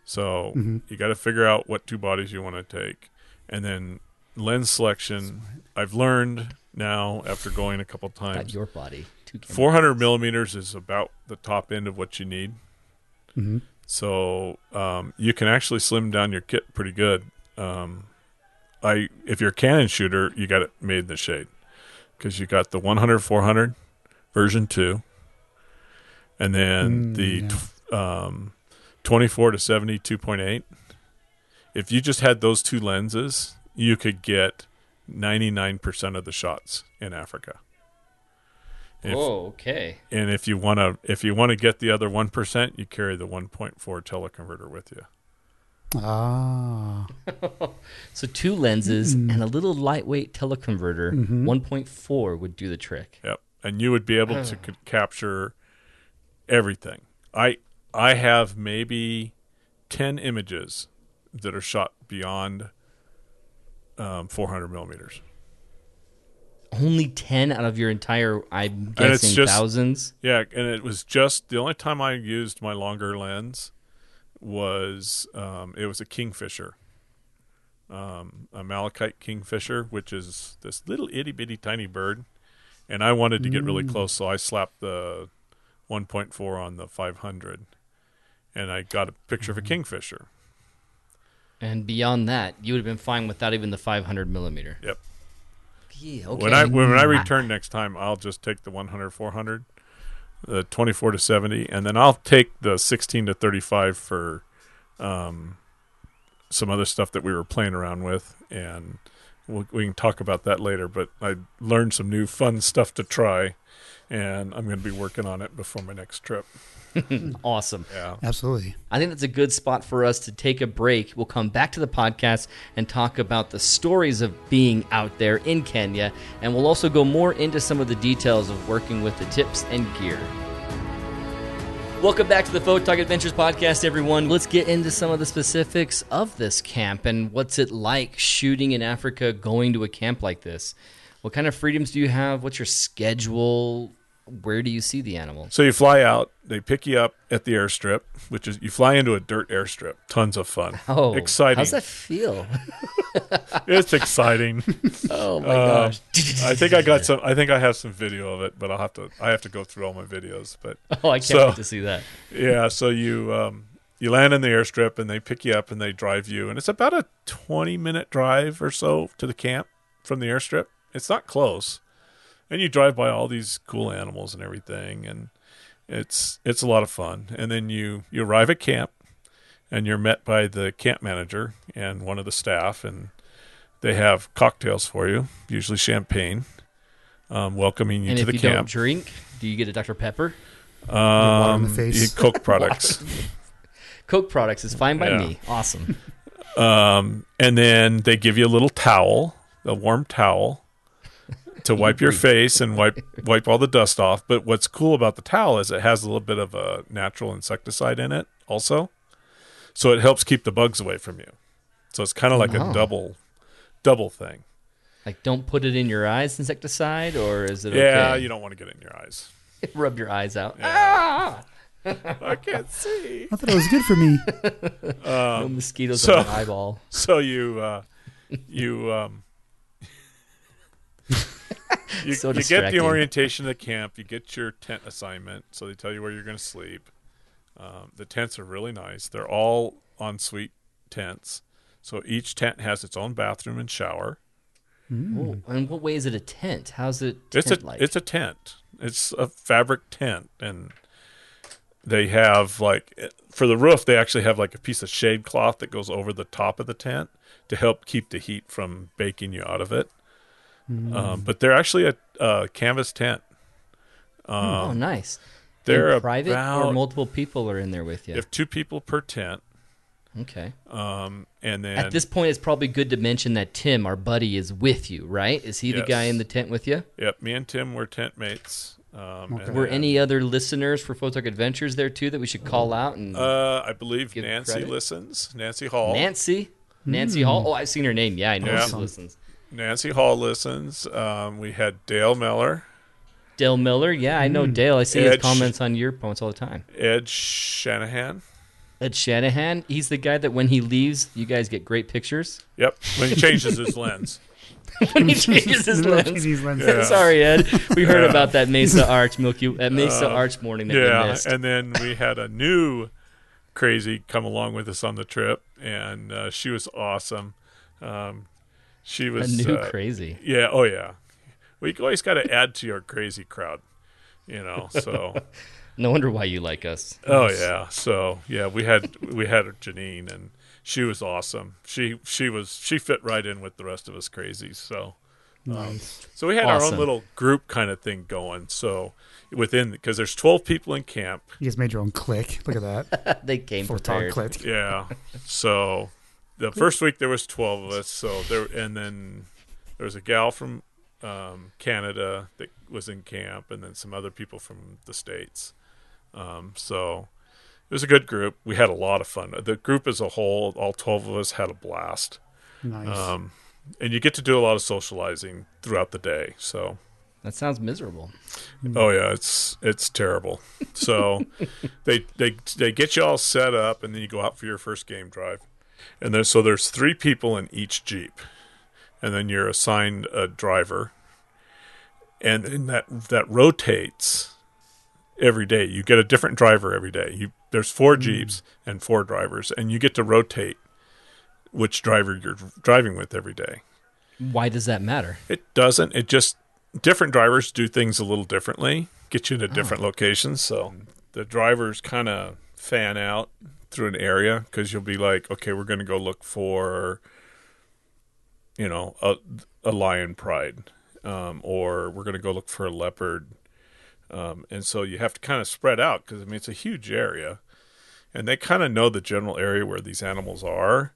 Speaker 4: So you got to figure out what two bodies you want to take, and then lens selection. I've learned now after going a couple
Speaker 2: Not
Speaker 4: times,
Speaker 2: your body. Two cameras.
Speaker 3: Mm-hmm.
Speaker 4: four hundred millimeters is about the top end of what you need. So um, you can actually slim down your kit pretty good. Um, I if you're a cannon shooter, you got it made in the shade because you got the 100 400 version two, and
Speaker 3: Mm,
Speaker 4: then the tw- um, 24 to 70 2.8. If you just had those two lenses, you could get 99% of the shots in Africa. If-
Speaker 2: Whoa, okay.
Speaker 4: and if you want to if you want to get the other 1% you carry the 1.4 teleconverter with you
Speaker 3: Ah,
Speaker 2: So two lenses
Speaker 4: Mm-hmm.
Speaker 2: and a little lightweight teleconverter, 1.4 would do the trick.
Speaker 4: yep and you would be able to c- capture everything i i have maybe 10 images that are shot beyond um, 400 millimeters
Speaker 2: Only 10 out of your entire, I'm
Speaker 4: it's
Speaker 2: guessing,
Speaker 4: just-
Speaker 2: thousands.
Speaker 4: yeah and it was just the only time i used my longer lens was um, it was a kingfisher um, a malachite kingfisher which is this little itty-bitty tiny bird and I wanted to get really close, so I slapped the 1.4 on the 500, and I got a picture of a kingfisher.
Speaker 2: And beyond that, you would have been fine without even the 500 millimeter. Ah,
Speaker 4: Yep.
Speaker 2: Yeah, okay. Mm-hmm.
Speaker 4: When I when I return next time, I'll just take the 100 400, the 24 to 70, and then I'll take the 16 to 35 for um, some other stuff that we were playing around with, and we'll, we can talk about that later. But I learned some new fun stuff to try, and I'm going to be working on it before my next trip.
Speaker 2: awesome.
Speaker 4: Yeah.
Speaker 3: absolutely.
Speaker 2: I think that's a good spot for us to take a break. We'll come back to the podcast and talk about the stories of being out there in Kenya, and we'll also go more into some of the details of working with the tips and gear. Welcome back to the Folk Talk Adventures podcast, everyone. Let's get into some of the specifics of this camp and what's it like shooting in Africa, going to a camp like this. What kind of freedoms do you have? What's your schedule? Where do you see the animals?
Speaker 4: So you fly out, they pick you up at the airstrip, which is you fly into a dirt airstrip. Tons of fun.
Speaker 2: Oh,
Speaker 4: exciting.
Speaker 2: How's that feel?
Speaker 4: It's exciting.
Speaker 2: Oh my
Speaker 4: Uh,
Speaker 2: gosh.
Speaker 4: I think I got some I think I have some video of it, but I'll have to I have to go through all my videos, but
Speaker 2: Oh, I can't
Speaker 4: So-
Speaker 2: wait to see that.
Speaker 4: yeah, so you um you land in the airstrip and they pick you up and they drive you and it's about a 20 minute drive or so to the camp from the airstrip. It's not close. And you drive by all these cool animals and everything and it's it's a lot of fun. And then you you arrive at camp and you're met by the camp manager and one of the staff and they have cocktails for you, usually champagne, um, welcoming you
Speaker 2: and
Speaker 4: to
Speaker 2: if
Speaker 4: the
Speaker 2: you don't
Speaker 4: camp.
Speaker 2: drink, do you get a Dr. Pepper?
Speaker 3: water in the
Speaker 4: Um,
Speaker 3: face.
Speaker 4: you- Coke products.
Speaker 2: Coke products is fine by
Speaker 4: Yeah.
Speaker 2: me. Awesome.
Speaker 4: Um, and then they give you a little towel, a warm towel, to wipe your face and wipe wipe all the dust off. But what's cool about the towel is it has a little bit of a natural insecticide in it, also, so it helps keep the bugs away from you. So it's kind of like
Speaker 2: Oh.
Speaker 4: a double double thing.
Speaker 2: Like, don't put it in your eyes, insecticide, or is it
Speaker 4: Yeah,
Speaker 2: okay?
Speaker 4: you don't want to get it in your eyes.
Speaker 2: rub your eyes out.
Speaker 4: I can't see.
Speaker 3: I thought it was good for me.
Speaker 2: Ah, no mosquitoes
Speaker 4: so-
Speaker 2: on my eyeball.
Speaker 4: So you uh, you um, you,
Speaker 2: So
Speaker 4: you get the
Speaker 2: distracting.
Speaker 4: orientation of the camp. You get your tent assignment. So they tell you where you're going to sleep. Um, the tents are really nice. They're all en suite tents. So each tent has its own bathroom and shower.
Speaker 2: Ooh, and what way is it a tent? How's it
Speaker 4: Hmm. It's
Speaker 2: tent
Speaker 4: a
Speaker 2: like?
Speaker 4: it's a tent. It's a fabric tent, and they have like for the roof. They actually have like a piece of shade cloth that goes over the top of the tent to help keep the heat from baking you out of it.
Speaker 2: Mm.
Speaker 4: Um, but they're actually a, a canvas tent.
Speaker 2: oh, nice.
Speaker 4: um, They're
Speaker 2: And private
Speaker 4: about
Speaker 2: or multiple people are in there with you.
Speaker 4: if two people per tent,
Speaker 2: okay.
Speaker 4: um, and then
Speaker 2: At this point, it's probably good to mention that Tim, our buddy, is with you, right? Is he the
Speaker 4: Yes.
Speaker 2: guy in the tent with you?
Speaker 4: yep, me and Tim were tent mates. Um, and
Speaker 2: Were
Speaker 4: then,
Speaker 2: any other listeners for Photog Adventures there too that we should call out and
Speaker 4: Uh, I believe
Speaker 2: Give
Speaker 4: Nancy
Speaker 2: credit?
Speaker 4: listens. Nancy Hall.
Speaker 2: Nancy. Nancy Hall. Oh, I've seen her name. Yeah, I know she
Speaker 4: Awesome.
Speaker 2: listens.
Speaker 4: Nancy Hall listens. Um, we had Dale Miller.
Speaker 2: Dale Miller. Yeah, I
Speaker 3: Hmm.
Speaker 2: know Dale. I see his
Speaker 4: Ed Sh-
Speaker 2: comments on your posts all the time.
Speaker 4: Ed Shanahan.
Speaker 2: Ed Shanahan. He's the guy that when he leaves, you guys get great pictures.
Speaker 4: Yep, when he changes his lens.
Speaker 2: when he changes his
Speaker 3: Little
Speaker 2: lens.
Speaker 3: Chinese lens.
Speaker 4: Yeah.
Speaker 2: Sorry, Ed. We heard about that Mesa Arch Milky at Mesa Arch morning that we
Speaker 4: Uh, Yeah,
Speaker 2: missed.
Speaker 4: and then we had a new crazy come along with us on the trip, and uh, she was awesome. Um, she
Speaker 2: A
Speaker 4: was
Speaker 2: new
Speaker 4: uh,
Speaker 2: crazy.
Speaker 4: Yeah. Oh yeah. We always got to add to your crazy crowd, you know. So.
Speaker 2: No wonder why you like us.
Speaker 4: Oh yeah. So yeah, we had we had Janine and she was awesome. She she was she fit right in with the rest of us crazies. So
Speaker 3: Nice.
Speaker 4: so we had our
Speaker 2: Awesome.
Speaker 4: own little group kind of thing going. So within because there's 12 people in camp.
Speaker 3: You guys made your own click. Look at that.
Speaker 2: They came
Speaker 3: Four
Speaker 2: prepared.
Speaker 3: Todd click.
Speaker 4: Yeah. So the first week there was 12 of us. So there and then there was a gal from um, Canada that was in camp and then some other people from the states. Um, so it was a good group. We had a lot of fun. The group as a whole, all 12 of us had a blast.
Speaker 3: Nice.
Speaker 4: Um, and you get to do a lot of socializing throughout the day. So
Speaker 2: That sounds miserable.
Speaker 4: Oh yeah, it's it's terrible. So they they they get you all set up, and then you go out for your first game drive, and then so there's three people in each jeep, and then you're assigned a driver, and then that that rotates every day. You get a different driver every day. You there's four jeeps and four drivers, and you get to rotate which driver you're driving with every day.
Speaker 2: Why does that matter?
Speaker 4: It doesn't. It just different drivers do things a little differently, get you to different locations. So the drivers kind of fan out through an area because you'll be like, okay, we're going to go look for, you know, a, a lion pride, um, or we're going to go look for a leopard. Um, and so you have to kind of spread out because I mean it's a huge area, and they kind of know the general area where these animals are,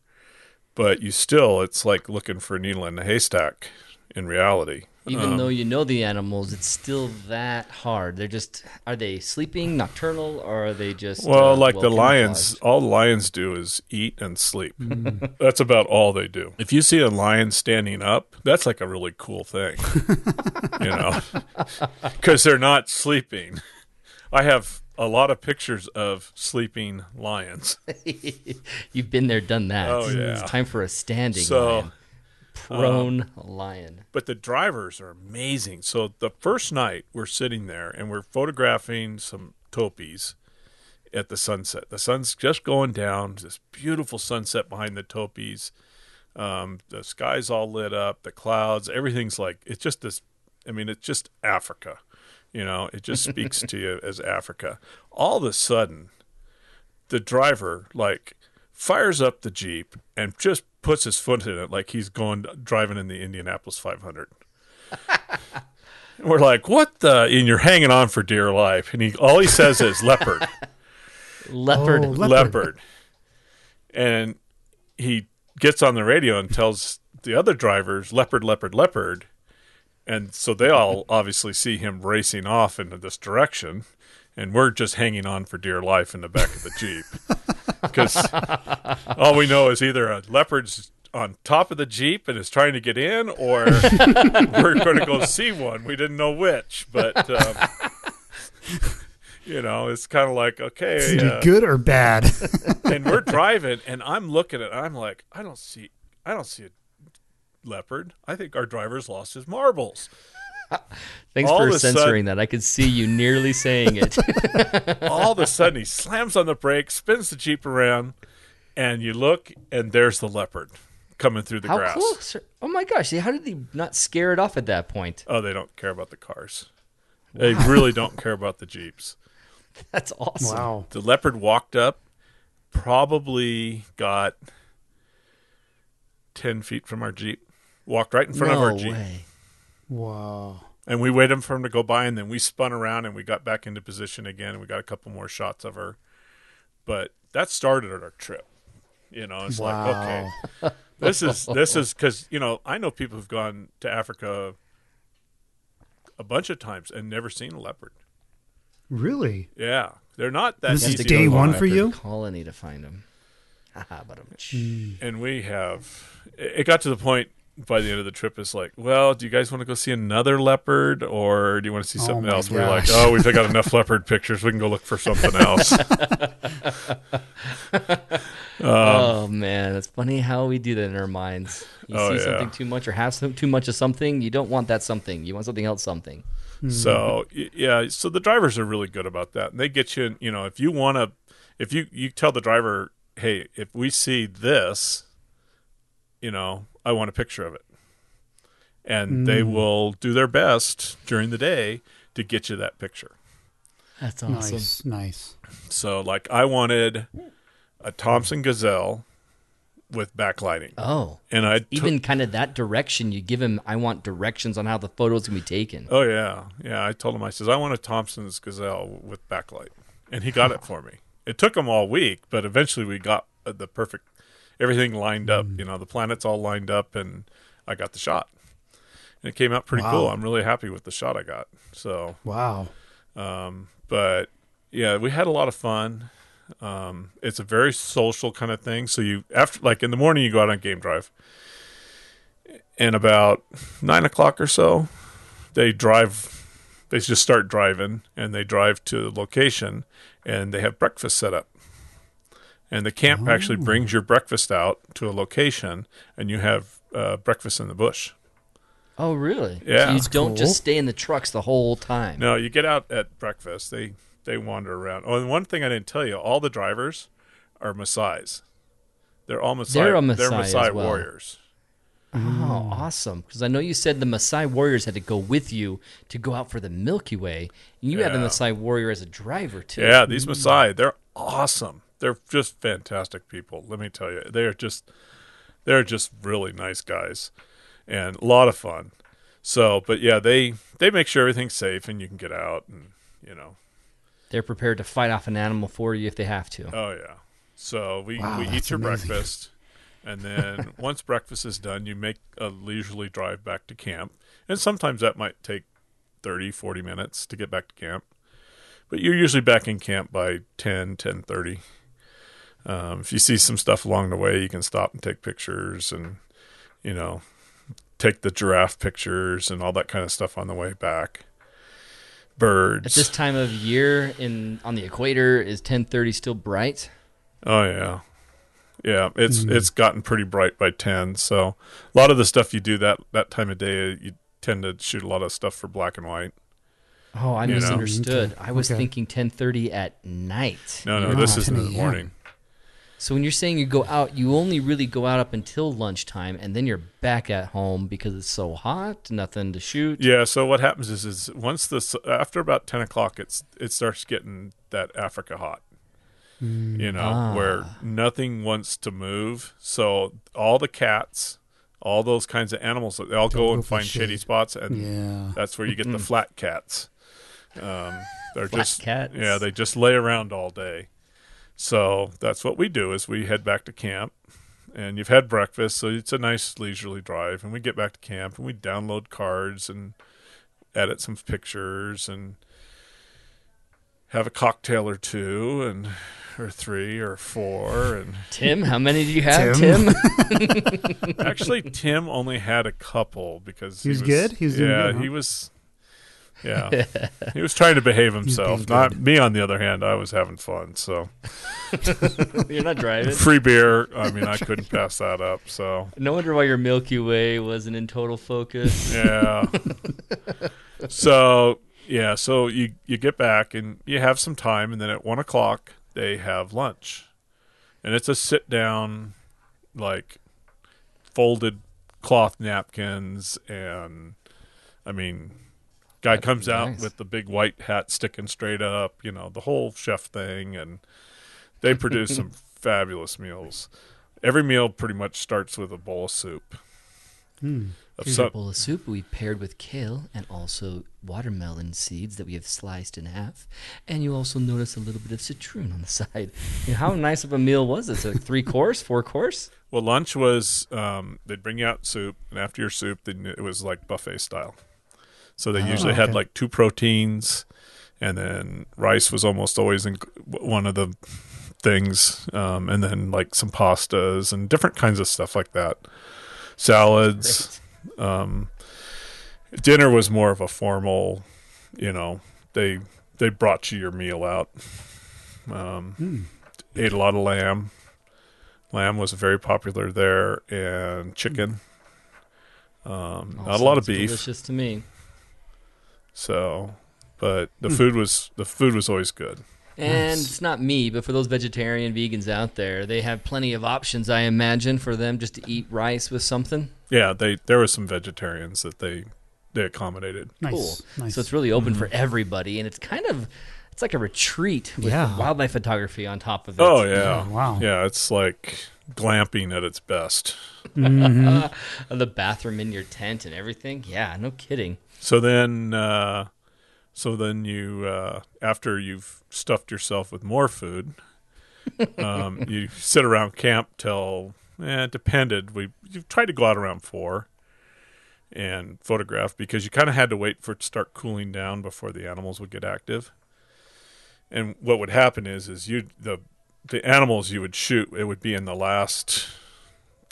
Speaker 4: but you still it's like looking for a needle in a haystack in reality.
Speaker 2: Even though you know the animals, it's still that hard. They're just are they sleeping nocturnal or are they just
Speaker 4: Well,
Speaker 2: uh,
Speaker 4: like the lions,
Speaker 2: camouflaged?
Speaker 4: all lions do is eat and sleep. That's about all they do. If you see a lion standing up, that's like a really cool thing, you know, because they're not sleeping. I have a lot of pictures of sleeping lions.
Speaker 2: You've been there, done that.
Speaker 4: Oh, yeah.
Speaker 2: It's time for a standing
Speaker 4: So- uh,
Speaker 2: lion. Prone lion.
Speaker 4: but the drivers are amazing. So the first night we're sitting there and we're photographing some topis at the sunset. The sun's just going down, this beautiful sunset behind the topis. Um, the sky's all lit up, the clouds, everything's like it's just this. I mean, it's just Africa, you know. It just speaks to you as Africa. All of a sudden, the driver like fires up the jeep and just puts his foot in it like he's going driving in the Indianapolis 500. And we're like, what the? And you're hanging on for dear life. And he all he says is leopard,
Speaker 2: Leopard.
Speaker 3: Oh,
Speaker 4: leopard, And he gets on the radio and tells the other drivers leopard, leopard, leopard. And so they all obviously see him racing off into this direction, and we're just hanging on for dear life in the back of the jeep because all we know is either a leopard's on top of the jeep and is trying to get in, or we're going to go see one. We didn't know which, but um, you know, it's kind of like okay,
Speaker 3: Did you
Speaker 4: uh,
Speaker 3: good or bad?
Speaker 4: and we're driving, and I'm looking at, I'm like, I don't see, I don't see a leopard. I think our driver's lost his marbles.
Speaker 2: Thanks
Speaker 4: all
Speaker 2: for
Speaker 4: of a sudden-
Speaker 2: censoring that. I could see you nearly saying it.
Speaker 4: all of a sudden he slams on the brake, spins the jeep around, and you look, and there's the leopard coming through the
Speaker 2: How
Speaker 4: grass.
Speaker 2: close? are- Oh my gosh! How did he not scare it off at that point?
Speaker 4: Oh, they don't care about the cars. They really don't care about the jeeps.
Speaker 2: That's awesome.
Speaker 3: wow.
Speaker 4: The leopard walked up, probably got ten feet from our jeep. Walked right in front of
Speaker 2: no
Speaker 4: our jeep,
Speaker 2: way.
Speaker 3: Wow.
Speaker 4: and we waited for him to go by, and then we spun around and we got back into position again, and we got a couple more shots of her. But that started our trip. You know, it's like
Speaker 3: Wow.
Speaker 4: okay, this is this is because you know I know people who've gone to Africa a bunch of times and never seen a leopard.
Speaker 3: Really?
Speaker 4: Yeah, they're not that
Speaker 3: This is
Speaker 4: easy.
Speaker 3: day
Speaker 4: to
Speaker 3: one
Speaker 4: find.
Speaker 3: for you? Hmm.
Speaker 2: Colony to find him. Haha, but
Speaker 4: and we have. It it got to the point by the end of the trip. It's like, well, do you guys want to go see another leopard, or do you want to see
Speaker 3: Oh
Speaker 4: something
Speaker 3: my
Speaker 4: else? We're like,
Speaker 3: gosh.
Speaker 4: oh, we've got enough leopard pictures. We can go look for something else. Um,
Speaker 2: oh man, it's funny how we do that in our minds. You
Speaker 4: Oh,
Speaker 2: see
Speaker 4: yeah.
Speaker 2: something too much or have some, too much of something, you don't want that something. You want something else. Something.
Speaker 4: so y- yeah, so the drivers are really good about that, and they get you. You know, if you want to, if you you tell the driver, hey, if we see this, you know, I want a picture of it, and they
Speaker 3: Mm.
Speaker 4: will do their best during the day to get you that picture.
Speaker 2: That's awesome.
Speaker 3: Nice, nice.
Speaker 4: So like I wanted a Thompson Gazelle with backlighting,
Speaker 2: Oh,
Speaker 4: and I took-
Speaker 2: even kind of that direction you give him. I want directions on how the photo's gonna be taken.
Speaker 4: Oh yeah, yeah. I told him I says I want a Thompson's Gazelle with backlight, and he got it for me. It took him all week, but eventually we got uh, the perfect, everything lined up.
Speaker 2: Mm.
Speaker 4: You know, the planets all lined up, and I got the shot. And it came out pretty cool.
Speaker 3: Wow.
Speaker 4: I'm really happy with the shot I got. So,
Speaker 3: Wow.
Speaker 4: but yeah, we had a lot of fun. Um, it's a very social kind of thing. So you after like in the morning you go out on game drive, and about nine o'clock or so, they drive. They just start driving, and they drive to the location, and they have breakfast set up. And the camp actually brings your breakfast out to a location, and you have uh, breakfast in the bush.
Speaker 2: Oh, really?
Speaker 4: Yeah.
Speaker 2: So you
Speaker 4: That's
Speaker 2: don't
Speaker 3: cool.
Speaker 2: just stay in the trucks the whole time.
Speaker 4: No, you get out at breakfast. They they wander around. Oh, and one thing I didn't tell you: all the drivers are Maasai's. They're all Maasai.
Speaker 2: They're a
Speaker 4: they're
Speaker 2: Maasai as
Speaker 4: Maasai
Speaker 2: well.
Speaker 4: warriors.
Speaker 2: Oh, awesome! Because I know you said the Maasai warriors had to go with you to go out for the Milky Way, and you had the
Speaker 4: Yeah.
Speaker 2: Maasai warrior as a driver too.
Speaker 4: Yeah, these Maasai, they're awesome. They're just fantastic people. Let me tell you, they are just they're just really nice guys, and a lot of fun. So, but yeah, they they make sure everything's safe and you can get out and you know.
Speaker 2: They're prepared to fight off an animal for you if they have to.
Speaker 4: Oh yeah. So we
Speaker 3: Wow,
Speaker 4: we eat
Speaker 3: that's
Speaker 4: your
Speaker 3: amazing.
Speaker 4: breakfast, and then once breakfast is done, you make a leisurely drive back to camp, and sometimes that might take 30, 40 minutes to get back to camp, but you're usually back in camp by 10, 10.30. Um, if you see some stuff along the way, you can stop and take pictures and, you know, take the giraffe pictures and all that kind of stuff on the way back. Birds.
Speaker 2: At this time of year, in on the equator, is ten thirty still bright?
Speaker 4: Oh yeah, yeah. It's
Speaker 3: Mm-hmm.
Speaker 4: it's gotten pretty bright by ten. So a lot of the stuff you do that that time of day, you tend to shoot a lot of stuff for black and white.
Speaker 2: Oh, I
Speaker 4: You know.
Speaker 2: misunderstood. I was
Speaker 3: Okay.
Speaker 2: thinking ten thirty at night.
Speaker 4: No, no,
Speaker 3: Yeah.
Speaker 4: this is in
Speaker 3: 10
Speaker 4: the
Speaker 3: a.m..
Speaker 4: morning.
Speaker 2: So when you're saying you go out, you only really go out up until lunchtime, and then you're back at home because it's so hot, nothing to shoot.
Speaker 4: Yeah. So what happens is is once this after about ten o'clock, it's it starts getting that Africa hot.
Speaker 3: Mm,
Speaker 4: You know,
Speaker 3: ah.
Speaker 4: where nothing wants to move. So all the cats, all those kinds of animals, they all go and
Speaker 3: go for
Speaker 4: find shady
Speaker 3: shade.
Speaker 4: spots, and
Speaker 2: Uh,
Speaker 3: Yeah.
Speaker 4: That's where you get the flat cats. Um, they're
Speaker 2: Flat
Speaker 4: just
Speaker 2: cats.
Speaker 4: yeah, they just lay around all day. So that's what we do is we head back to camp, and you've had breakfast, so it's a nice leisurely drive, and we get back to camp and we download cards and edit some pictures and have a cocktail or two and or three or four and
Speaker 2: Tim, how many do you have,
Speaker 3: Tim?
Speaker 2: Tim?
Speaker 4: Actually, Tim only had a couple because
Speaker 3: He was good? He was doing
Speaker 4: yeah,
Speaker 3: good, huh?
Speaker 4: he was. Yeah, he was trying to behave himself.
Speaker 3: being
Speaker 4: Not me, on the other hand, I was having fun. So
Speaker 2: You're not driving.
Speaker 4: free beer. I mean, I couldn't pass that up. So
Speaker 2: No wonder why your Milky Way wasn't in total focus.
Speaker 4: yeah. so yeah, so you you get back and you have some time, and then at one o'clock they have lunch, and it's a sit down, like folded cloth napkins, and I mean, guy comes out
Speaker 2: nice.
Speaker 4: with the big white hat sticking straight up, you know, the whole chef thing, and they produce some fabulous meals. Every meal pretty much starts with a bowl of soup. Of
Speaker 2: Hmm. Here's a
Speaker 4: some-
Speaker 2: bowl of soup we paired with kale and also watermelon seeds that we have sliced in half. And you also notice a little bit of citroen on the side. And how nice of a meal was this? Like three course, four course?
Speaker 4: Well, lunch was um, they'd bring you out soup, and after your soup, then it was like buffet style. So they usually had
Speaker 3: okay.
Speaker 4: like two proteins, and then rice was almost always in one of the things, um, and then like some pastas and different kinds of stuff like that, salads. Um, dinner was more of a formal, you know, they they brought you your meal out. Um,
Speaker 3: Hmm.
Speaker 4: Ate a lot of lamb. Lamb was very popular there, and chicken. Um,
Speaker 2: All
Speaker 4: not a lot of
Speaker 2: sounds
Speaker 4: beef.
Speaker 2: Delicious to me.
Speaker 4: So, but the food was the food was always good.
Speaker 2: And
Speaker 3: Nice.
Speaker 2: it's not me, but for those vegetarian vegans out there, they have plenty of options, I imagine, for them just to eat rice with something.
Speaker 4: Yeah, they there were some vegetarians that they they accommodated.
Speaker 3: Nice.
Speaker 2: Cool.
Speaker 3: Nice.
Speaker 2: So it's really
Speaker 4: Mm-hmm.
Speaker 2: open for everybody, and it's kind of it's like a retreat with
Speaker 3: Yeah.
Speaker 2: wildlife photography on top of it.
Speaker 4: Oh yeah,
Speaker 3: Oh, wow.
Speaker 4: Yeah, it's like glamping at its best.
Speaker 2: And the bathroom in your tent and everything. Yeah, no kidding.
Speaker 4: So then, uh, so then you uh, after you've stuffed yourself with more food, um, you sit around camp till eh, it depended. We you tried to go out around four and photograph because you kind of had to wait for it to start cooling down before the animals would get active. And what would happen is is you the the animals you would shoot it would be in the last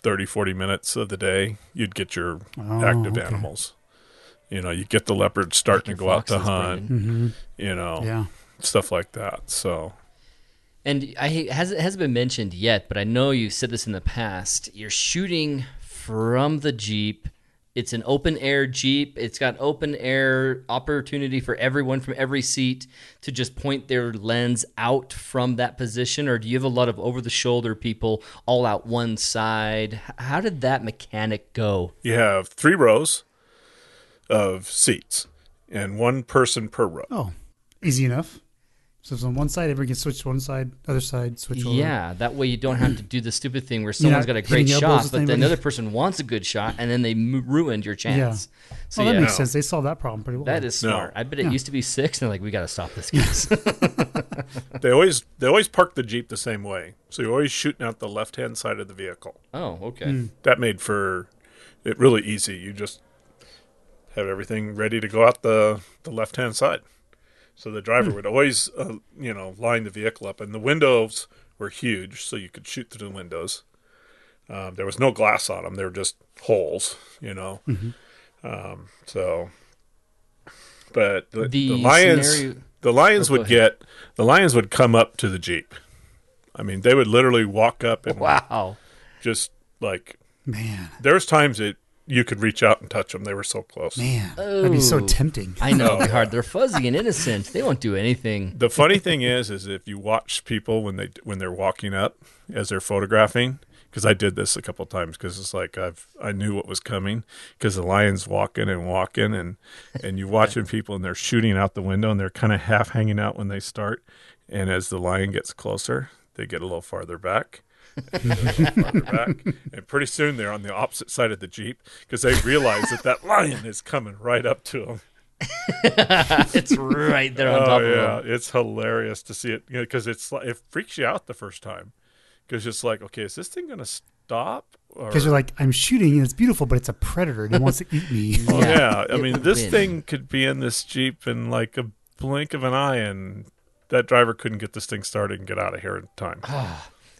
Speaker 4: 30 40 minutes of the day you'd get your
Speaker 3: Oh,
Speaker 4: active
Speaker 3: okay.
Speaker 4: animals you know you get the leopard starting to go out to
Speaker 2: Foxes,
Speaker 4: hunt Mm-hmm.
Speaker 2: Brandon.
Speaker 4: you know
Speaker 3: Yeah.
Speaker 4: stuff like that so
Speaker 2: And I has it hasn't been mentioned yet, but I know you said this in the past. You're shooting from the Jeep. It's an open air Jeep. It's got open air opportunity for everyone from every seat to just point their lens out from that position. Or do you have a lot of over the shoulder people all out one side? H- How did that mechanic go?
Speaker 4: you have three rows of seats and one person per row
Speaker 3: Oh, easy enough. So it's on one side, everybody can switch to one side, other side, switch over.
Speaker 2: Yeah, that way you don't have to do the stupid thing where someone's got a great
Speaker 3: hitting
Speaker 2: shot,
Speaker 3: elbows with
Speaker 2: but then
Speaker 3: anybody.
Speaker 2: another person wants a good shot, and then they m- ruined your chance. So
Speaker 3: Oh, that
Speaker 2: yeah.
Speaker 3: makes sense. They solved that problem pretty well.
Speaker 2: That is
Speaker 4: No.
Speaker 2: smart. I bet it used to be six, and they're like, we got to stop this, guys.
Speaker 4: they always they always park the jeep the same way so you're always shooting out the left hand side of the vehicle
Speaker 2: oh, okay.
Speaker 4: that made for it really easy. You just have everything ready to go out the, the left hand side. So the
Speaker 2: Hmm.
Speaker 4: driver would always, uh, you know, line the vehicle up, and the windows were huge, so you could shoot through the windows. Um, there was no glass on them; they were just holes, you know.
Speaker 2: Mm-hmm.
Speaker 4: Um, so, but the,
Speaker 2: The
Speaker 4: the, lions,
Speaker 2: scenario-
Speaker 4: the lions
Speaker 2: Oh, go
Speaker 4: would get the lions would come up to the jeep. I mean, they would literally walk up and
Speaker 2: Wow.
Speaker 4: just like
Speaker 3: man,
Speaker 4: there's times it you could reach out and touch them. They were so close.
Speaker 3: man, that'd be so
Speaker 2: Oh.
Speaker 3: tempting.
Speaker 2: I know it'd be hard. They're fuzzy and innocent. They won't do anything.
Speaker 4: The funny thing is, is if you watch people when they when they're walking up as they're photographing, because I did this a couple times, because it's like I've I knew what was coming, because the lion's walking and walking, and and you watching people and they're shooting out the window and they're kind of half hanging out when they start, and as the lion gets closer, they get a little farther back. farther back. And pretty soon they're on the opposite side of the jeep because they realize that that lion is coming right up to them.
Speaker 2: It's right there on top
Speaker 4: Oh yeah,
Speaker 2: of them.
Speaker 4: it's hilarious to see it because it's like, it freaks you out the first time because it's like, okay, is this thing gonna stop? Or
Speaker 3: Because you're like, I'm shooting and it's beautiful, but it's a predator and it wants to eat me.
Speaker 4: Oh, yeah, I
Speaker 2: it
Speaker 4: mean,
Speaker 2: would
Speaker 4: this
Speaker 2: win.
Speaker 4: thing could be in this jeep in like a blink of an eye, and that driver couldn't get this thing started and get out of here in time.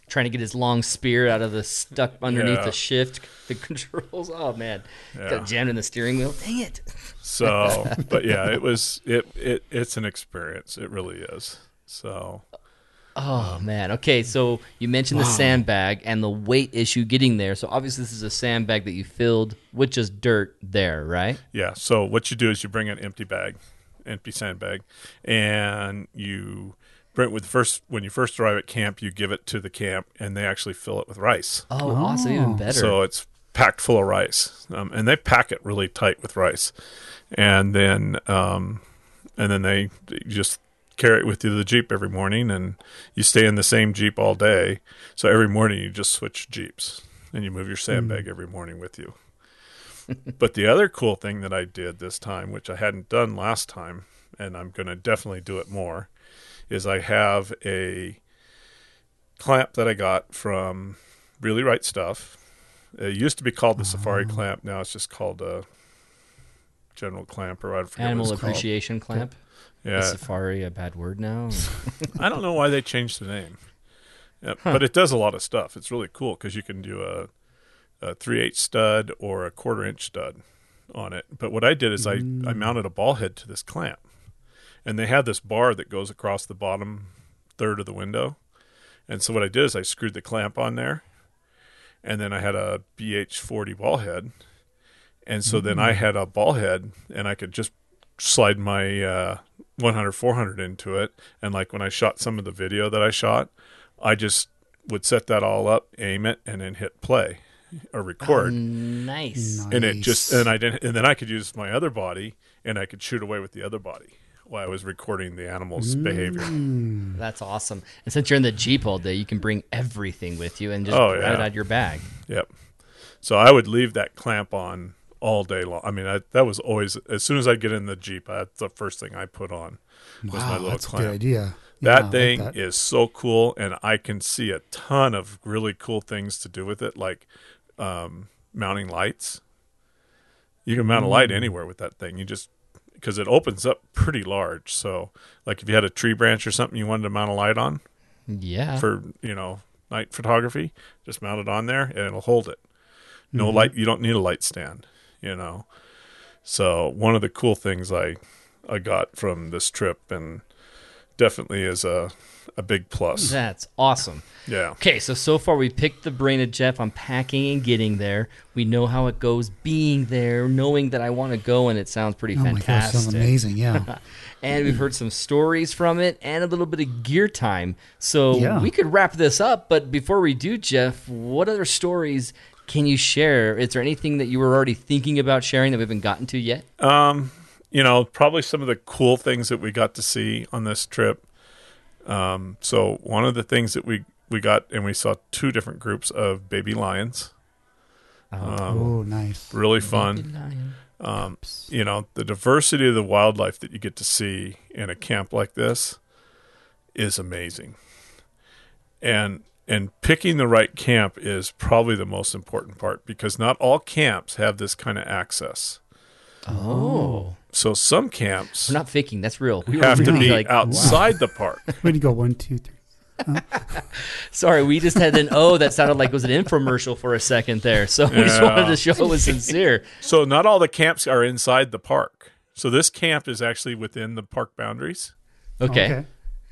Speaker 2: Trying to get his long spear out of the stuck underneath
Speaker 4: Yeah.
Speaker 2: the shift, the controls. Oh, man.
Speaker 4: Yeah.
Speaker 2: Got jammed in the steering wheel. Dang it.
Speaker 4: So, but yeah, it was it it it's an experience. It really is. So
Speaker 2: Oh, man. Okay, so you mentioned the sandbag and the weight issue getting there. So obviously, this is a sandbag that you filled with just dirt there, right?
Speaker 4: Yeah. So what you do is you bring an empty bag, empty sandbag, and you bring it with the first when you first arrive at camp, you give it to the camp, and they actually fill it with rice.
Speaker 2: Oh, awesome. Even better.
Speaker 4: So it's packed full of rice, um, and they pack it really tight with rice, and then um, and then they they just carry it with you to the jeep every morning, and you stay in the same jeep all day. So every morning you just switch jeeps, and you move your sandbag every morning with you. but the other cool thing that I did this time, which I hadn't done last time, and I'm going to definitely do it more, is I have a clamp that I got from Really Right Stuff. It used to be called the Safari clamp. Now it's just called a General clamp, or I forget
Speaker 2: Animal
Speaker 4: what it's called.
Speaker 2: appreciation clamp. Is
Speaker 4: Yeah,
Speaker 2: safari a bad word now?
Speaker 4: I don't know why they changed the name, yeah, but it does a lot of stuff. It's really cool because you can do a a three eight stud or a quarter inch stud on it. But what I did is I I mounted a ball head to this clamp, and they had this bar that goes across the bottom third of the window, and so what I did is I screwed the clamp on there, and then I had a BH forty ball head, and so then I had a ball head, and I could just slide my uh, 100 400 into it and like when i shot some of the video that i shot i just would set that all up aim it and then hit play or record
Speaker 2: nice.
Speaker 3: Nice.
Speaker 4: and it just and i didn't and then i could use my other body and i could shoot away with the other body while i was recording the animal's
Speaker 3: Mm.
Speaker 4: behavior
Speaker 2: That's awesome. And since you're in the Jeep all day, you can bring everything with you and just
Speaker 4: Oh,
Speaker 2: grab it
Speaker 4: yeah.
Speaker 2: out of your bag.
Speaker 4: yep so i would leave that clamp on all day long i mean I, that was always as soon as i'd get in the jeep that's the first thing i put on was my
Speaker 3: Wow,
Speaker 4: little
Speaker 3: that's a
Speaker 4: clamp.
Speaker 3: good idea.
Speaker 4: That
Speaker 3: Yeah, I like
Speaker 4: thing
Speaker 3: that.
Speaker 4: is so cool, and I can see a ton of really cool things to do with it, like um, mounting lights. You can mount a
Speaker 3: Mm.
Speaker 4: light anywhere with that thing. You just because it opens up pretty large. So, like if you had a tree branch or something you wanted to mount a light on
Speaker 2: Yeah.
Speaker 4: for you know night photography, just mount it on there and it'll hold it. No light. You don't need a light stand. You know. So one of the cool things I I got from this trip and definitely is a a big plus.
Speaker 2: That's awesome.
Speaker 4: Yeah.
Speaker 2: Okay, so so far we picked the brain of Jeff on packing and getting there. We know how it goes being there, knowing that I want to go, and it sounds pretty
Speaker 3: Oh my gosh,
Speaker 2: fantastic.
Speaker 3: sounds amazing. Yeah.
Speaker 2: and we've heard some stories from it and a little bit of gear time. So
Speaker 3: Yeah.
Speaker 2: we could wrap this up, but before we do, Jeff, what other stories can you share? Is there anything that you were already thinking about sharing that we haven't gotten to yet?
Speaker 4: Um, you know, probably some of the cool things that we got to see on this trip. Um, so one of the things that we we got and we saw two different groups of baby lions. Um,
Speaker 3: oh, nice.
Speaker 4: Really Uh,
Speaker 2: Mm-hmm.
Speaker 4: fun. Um, you know, the diversity of the wildlife that you get to see in a camp like this is amazing. And and picking the right camp is probably the most important part because not all camps have this kind of access.
Speaker 2: Oh,
Speaker 4: So some camps
Speaker 2: we're not faking. That's real. We were
Speaker 4: have to
Speaker 2: really
Speaker 4: be
Speaker 2: like,
Speaker 4: outside the park.
Speaker 3: Way to go. One, two, three.
Speaker 2: Sorry, we just had an oh that sounded like it was an infomercial for a second there. So we just
Speaker 4: Yeah.
Speaker 2: wanted to show it was sincere.
Speaker 4: So not all the camps are inside the park. So this camp is actually within the park boundaries,
Speaker 2: Okay.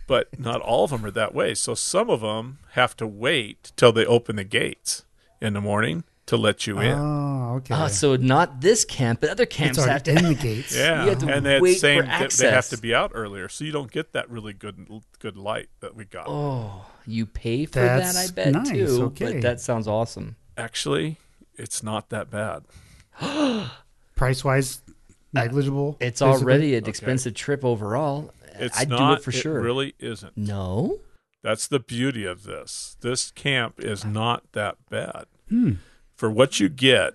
Speaker 4: but not all of them are that way. So some of them have to wait till they open the gates in the morning to let you in.
Speaker 3: Oh, okay.
Speaker 2: Ah, so not this camp, but other
Speaker 3: it's
Speaker 2: camps have
Speaker 3: already
Speaker 2: to.
Speaker 3: in the gates.
Speaker 4: yeah,
Speaker 2: you have to
Speaker 4: and that
Speaker 2: wait for
Speaker 4: same that they have
Speaker 2: access.
Speaker 4: to be out earlier, so you don't get that really good good light that we got.
Speaker 2: Oh, you pay for that, I
Speaker 3: That's
Speaker 2: bet
Speaker 3: nice,
Speaker 2: too.
Speaker 3: okay.
Speaker 2: But that sounds awesome.
Speaker 4: Actually, it's not that bad.
Speaker 3: Price wise, negligible.
Speaker 2: Uh, It's
Speaker 3: basically.
Speaker 2: already an expensive trip overall.
Speaker 4: It's
Speaker 2: I'd
Speaker 4: not
Speaker 2: do it for sure.
Speaker 4: really isn't.
Speaker 2: no.
Speaker 4: That's the beauty of this. This camp is not that bad.
Speaker 3: Hmm,
Speaker 4: For what you get,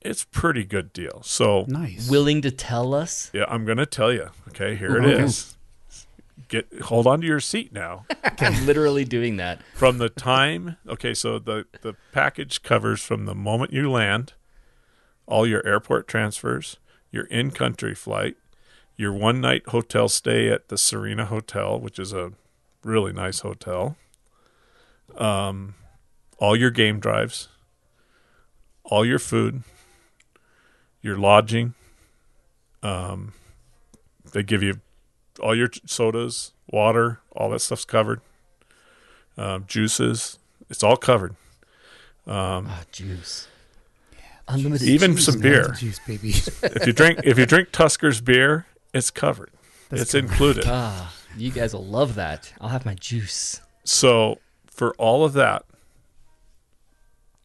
Speaker 4: it's pretty good deal. So
Speaker 3: nice.
Speaker 2: Willing to tell us?
Speaker 4: yeah, I'm going to tell you. Okay, here it
Speaker 3: Okay.
Speaker 4: is. Get hold on to your seat now.
Speaker 2: I'm literally doing that.
Speaker 4: From the time, okay, so the the package covers from the moment you land, all your airport transfers, your in-country flight, your one-night hotel stay at the Serena Hotel, which is a really nice hotel. Um, all your game drives, all your food, your lodging. Um, they give you all your t- sodas, water, all that stuff's covered. Um, juices, it's all covered. Um,
Speaker 2: Ah, juice. Unlimited.
Speaker 4: even
Speaker 2: juice.
Speaker 4: some
Speaker 3: Lots of
Speaker 4: beer.
Speaker 3: Juice, baby.
Speaker 4: if you drink if you drink Tusker's beer, it's covered.
Speaker 3: That's
Speaker 4: it's
Speaker 3: covered.
Speaker 4: included.
Speaker 2: Ah, you guys will love that. I'll have my juice.
Speaker 4: So for all of that,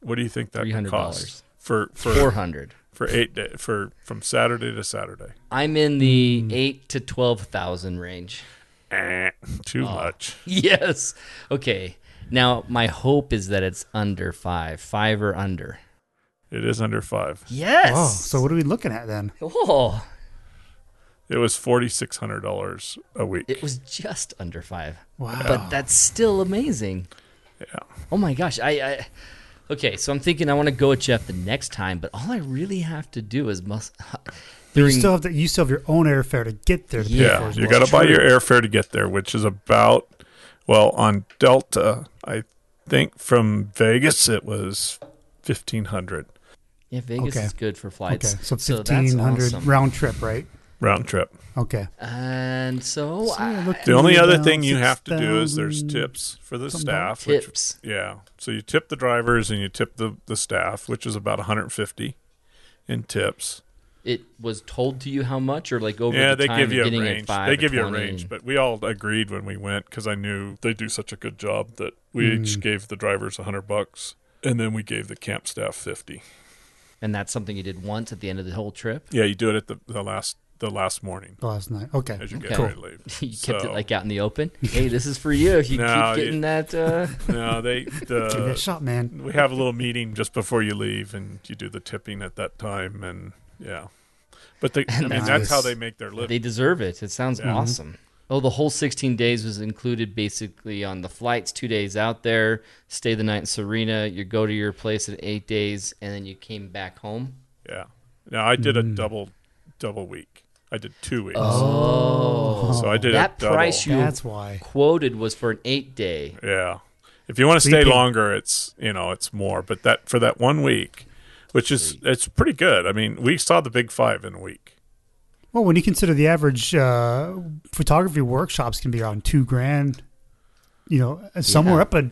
Speaker 4: what do you think that
Speaker 2: $300.
Speaker 4: costs for
Speaker 2: Four
Speaker 4: for
Speaker 2: hundred.
Speaker 4: for eight day, for from Saturday to Saturday?
Speaker 2: I'm in the
Speaker 3: Hmm.
Speaker 2: eight to twelve thousand range.
Speaker 4: Eh, too
Speaker 2: Oh.
Speaker 4: much.
Speaker 2: Yes. Okay. Now my hope is that it's under five, five or under.
Speaker 4: It is under five.
Speaker 2: Yes.
Speaker 3: oh, so what are we looking at then?
Speaker 2: Oh,
Speaker 4: It was forty six hundred dollars a week.
Speaker 2: it was just under five.
Speaker 3: Wow.
Speaker 2: But that's still amazing.
Speaker 4: yeah.
Speaker 2: Oh my gosh. I. I okay, so I'm thinking I want to go with Jeff the next time, but all I really have to do is must.
Speaker 3: you
Speaker 2: During,
Speaker 3: still have to, you still have your own airfare to get there. To pay
Speaker 2: Yeah,
Speaker 3: for
Speaker 4: Yeah,
Speaker 3: as
Speaker 4: you
Speaker 3: well.
Speaker 4: got to buy your airfare to get there, which is about well on Delta. I think from Vegas it was fifteen hundred
Speaker 2: yeah, Vegas
Speaker 3: Okay.
Speaker 2: is good for
Speaker 3: Okay,
Speaker 2: flights.
Speaker 3: so
Speaker 2: So that's
Speaker 3: fifteen hundred
Speaker 2: awesome.
Speaker 3: round trip, right?
Speaker 4: round trip.
Speaker 3: Okay.
Speaker 2: And so,
Speaker 3: So
Speaker 2: I,
Speaker 3: you're looking
Speaker 4: The only
Speaker 3: at
Speaker 4: other
Speaker 3: about
Speaker 4: thing you have to do is there's
Speaker 3: 6,000.
Speaker 4: tips for the
Speaker 3: something
Speaker 4: staff.
Speaker 3: dollars.
Speaker 4: Which,
Speaker 2: tips.
Speaker 4: yeah, so you tip the drivers and you tip the the staff, which is about one hundred fifty in tips.
Speaker 2: it was told to you how much, or like over
Speaker 4: yeah,
Speaker 2: the
Speaker 4: they
Speaker 2: time
Speaker 4: give you
Speaker 2: of
Speaker 4: a
Speaker 2: getting
Speaker 4: range.
Speaker 2: At five
Speaker 4: they
Speaker 2: or
Speaker 4: give you a
Speaker 2: 20?
Speaker 4: range, but we all agreed when we went because I knew they do such a good job that we each gave the drivers a hundred bucks, and then we gave the camp staff fifty.
Speaker 2: and that's something you did once at the end of the whole trip.
Speaker 4: Yeah, you do it at the, the last the last morning
Speaker 3: last night. Okay.
Speaker 4: as you get
Speaker 2: Okay.
Speaker 4: ready to leave.
Speaker 2: You kept
Speaker 4: So,
Speaker 2: it like out in the open. Hey, this is for you if you
Speaker 4: No,
Speaker 2: keep getting
Speaker 4: you-
Speaker 2: that. Uh,
Speaker 4: no, they
Speaker 3: Give it a
Speaker 4: the,
Speaker 3: shot, man.
Speaker 4: we have a little meeting just before you leave, and you do the tipping at that time, and yeah. But they, I mean, that's
Speaker 3: Nice.
Speaker 4: how they make their living.
Speaker 2: they deserve it. It sounds
Speaker 4: Yeah. Mm-hmm.
Speaker 2: awesome. Oh, the whole 16 days was included basically on the flights, two days out there, stay the night in Serena, you go to your place in eight days, and then you came back home.
Speaker 4: Yeah. Now I did a double double week. I did two weeks.
Speaker 2: Oh,
Speaker 4: So I did a
Speaker 2: that
Speaker 4: double.
Speaker 2: price you
Speaker 3: That's why.
Speaker 2: quoted was for an eight day.
Speaker 4: Yeah. If you want to stay
Speaker 3: Sleeping.
Speaker 4: longer, it's you know it's more. But that for that one week, which is it's pretty good. I mean, we saw the big five in a week.
Speaker 3: Well, when you consider the average uh, photography workshops can be around two grand, you know, somewhere
Speaker 2: Yeah.
Speaker 3: up at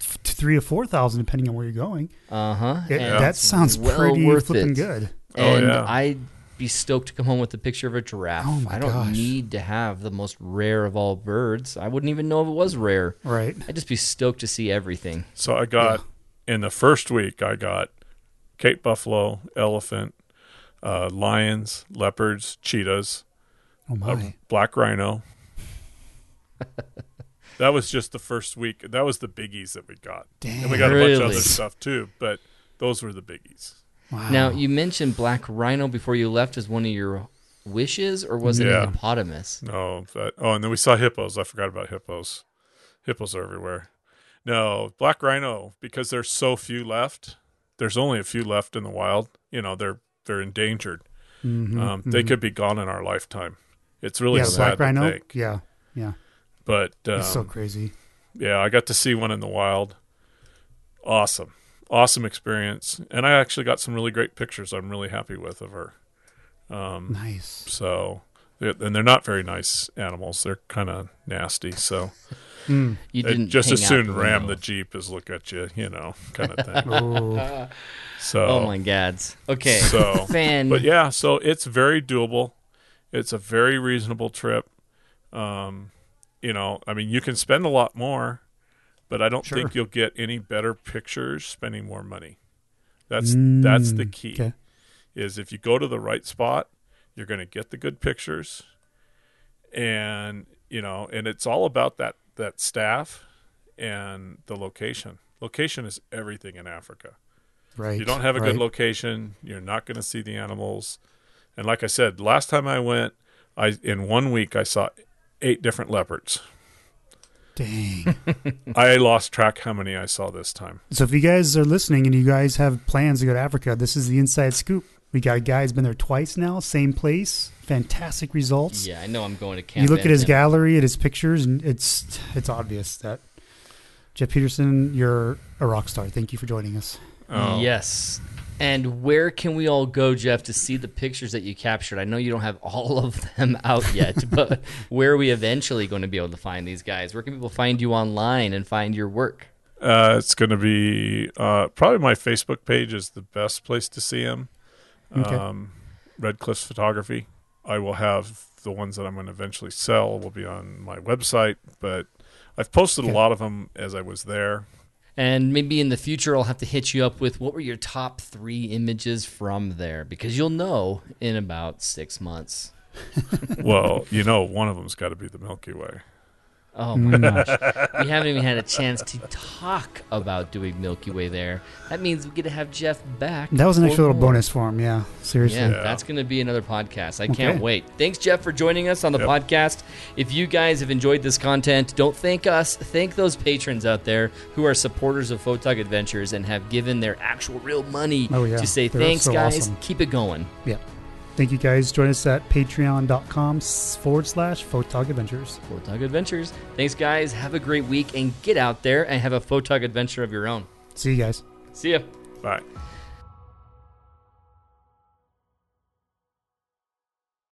Speaker 3: f- to three or four thousand, depending on where you're going.
Speaker 2: Uh huh.
Speaker 3: It, That sounds
Speaker 2: well
Speaker 3: pretty
Speaker 2: worth
Speaker 3: flipping
Speaker 2: it.
Speaker 3: good.
Speaker 4: Oh,
Speaker 2: and
Speaker 4: yeah.
Speaker 2: I'd be stoked to come home with a picture of a giraffe.
Speaker 3: Oh, my
Speaker 2: I don't
Speaker 3: gosh.
Speaker 2: need to have the most rare of all birds. I wouldn't even know if it was rare.
Speaker 3: Right.
Speaker 2: I'd just be stoked to see everything.
Speaker 4: So I got in the first week, I got Cape buffalo, elephant, uh, lions, leopards, cheetahs,
Speaker 3: Oh
Speaker 4: a
Speaker 3: my.
Speaker 4: black rhino. that was just the first week. That was the biggies that we got, and we got a bunch of
Speaker 2: Really?
Speaker 4: other stuff too. But those were the biggies.
Speaker 3: Wow.
Speaker 2: Now you mentioned black rhino before you left as one of your wishes, or was it
Speaker 4: Yeah.
Speaker 2: a hippopotamus?
Speaker 4: No, but oh, and then we saw hippos. I forgot about hippos. Hippos are everywhere. No, black rhino because there's so few left. There's only a few left in the wild. You know, they're they're endangered. um, They could be gone in our lifetime. It's really
Speaker 3: Mm-hmm. yeah, the
Speaker 4: sad
Speaker 3: black
Speaker 4: to
Speaker 3: rhino.
Speaker 4: think.
Speaker 3: Yeah, yeah,
Speaker 4: But um,
Speaker 3: it's so crazy.
Speaker 4: yeah, I got to see one in the wild. Awesome, awesome experience, and I actually got some really great pictures. I'm really happy with of her. um,
Speaker 3: Nice.
Speaker 4: So, they're, and they're not very nice animals. They're kind of nasty. So.
Speaker 2: You
Speaker 4: They'd
Speaker 2: didn't
Speaker 4: Uh, just
Speaker 2: hang
Speaker 4: as
Speaker 2: out
Speaker 4: soon
Speaker 2: the
Speaker 4: ram
Speaker 2: window.
Speaker 4: the jeep as look at you, you know, kind of thing.
Speaker 3: Oh,
Speaker 4: So,
Speaker 2: Oh my gods. Okay.
Speaker 4: So,
Speaker 2: fan.
Speaker 4: but yeah, so it's very doable. It's a very reasonable trip. Um, you know, I mean, you can spend a lot more, but I don't
Speaker 3: Sure.
Speaker 4: think you'll get any better pictures spending more money. That's that's the key.
Speaker 3: Mm, okay.
Speaker 4: Is if you go to the right spot, you're going to get the good pictures. And, you know, and it's all about that that staff and the location. Location is everything in Africa.
Speaker 3: right.
Speaker 4: If you don't have a
Speaker 3: right.
Speaker 4: good location, you're not going to see the animals. And like I said, last time I went, I in one week I saw eight different leopards.
Speaker 3: Dang.
Speaker 4: I lost track how many I saw this time.
Speaker 3: so if you guys are listening and you guys have plans to go to Africa, this is the inside scoop. We got a guy who's been there twice now, same place, fantastic results.
Speaker 2: yeah, I know I'm going to camp.
Speaker 3: you look at
Speaker 2: Van
Speaker 3: his
Speaker 2: Zandt.
Speaker 3: gallery, at his pictures, and it's it's obvious that Jeff Peterson, you're a rock star. Thank you for joining us.
Speaker 4: Oh,
Speaker 2: Yes. And where can we all go, Jeff, to see the pictures that you captured? I know you don't have all of them out yet, but where are we eventually going to be able to find these guys? Where can people find you online and find your work?
Speaker 4: Uh, it's going to be uh, probably my Facebook page is the best place to see them.
Speaker 3: Okay.
Speaker 4: Um, Red Cliffs Photography. I will have the ones that I'm going to eventually sell will be on my website, but I've posted a
Speaker 3: Okay.
Speaker 4: lot of them as I was there.
Speaker 2: And maybe in the future, I'll have to hit you up with what were your top three images from there because you'll know in about six months.
Speaker 4: well, you know, one of them's got to be the Milky Way.
Speaker 2: Oh my gosh. We haven't even had a chance to talk about doing Milky Way there. That means we get to have Jeff back.
Speaker 3: that was an
Speaker 2: for
Speaker 3: extra little
Speaker 2: more.
Speaker 3: bonus for him. Yeah, seriously.
Speaker 2: Yeah,
Speaker 4: Yeah.
Speaker 2: that's going to be another podcast. I can't
Speaker 3: Okay.
Speaker 2: wait. Thanks, Jeff, for joining us on the
Speaker 4: Yep.
Speaker 2: podcast. If you guys have enjoyed this content, don't thank us. Thank those patrons out there who are supporters of Photog Adventures and have given their actual real money
Speaker 3: Oh, yeah.
Speaker 2: to say
Speaker 3: They're
Speaker 2: thanks,
Speaker 3: so
Speaker 2: guys.
Speaker 3: awesome.
Speaker 2: Keep it going.
Speaker 3: Yeah. Thank you guys. Join us at patreon.com s- forward slash photog adventures.
Speaker 2: Photog Adventures. Thanks, guys. Have a great week and get out there and have a Photog adventure of your own.
Speaker 3: See you guys.
Speaker 2: See ya.
Speaker 4: Bye.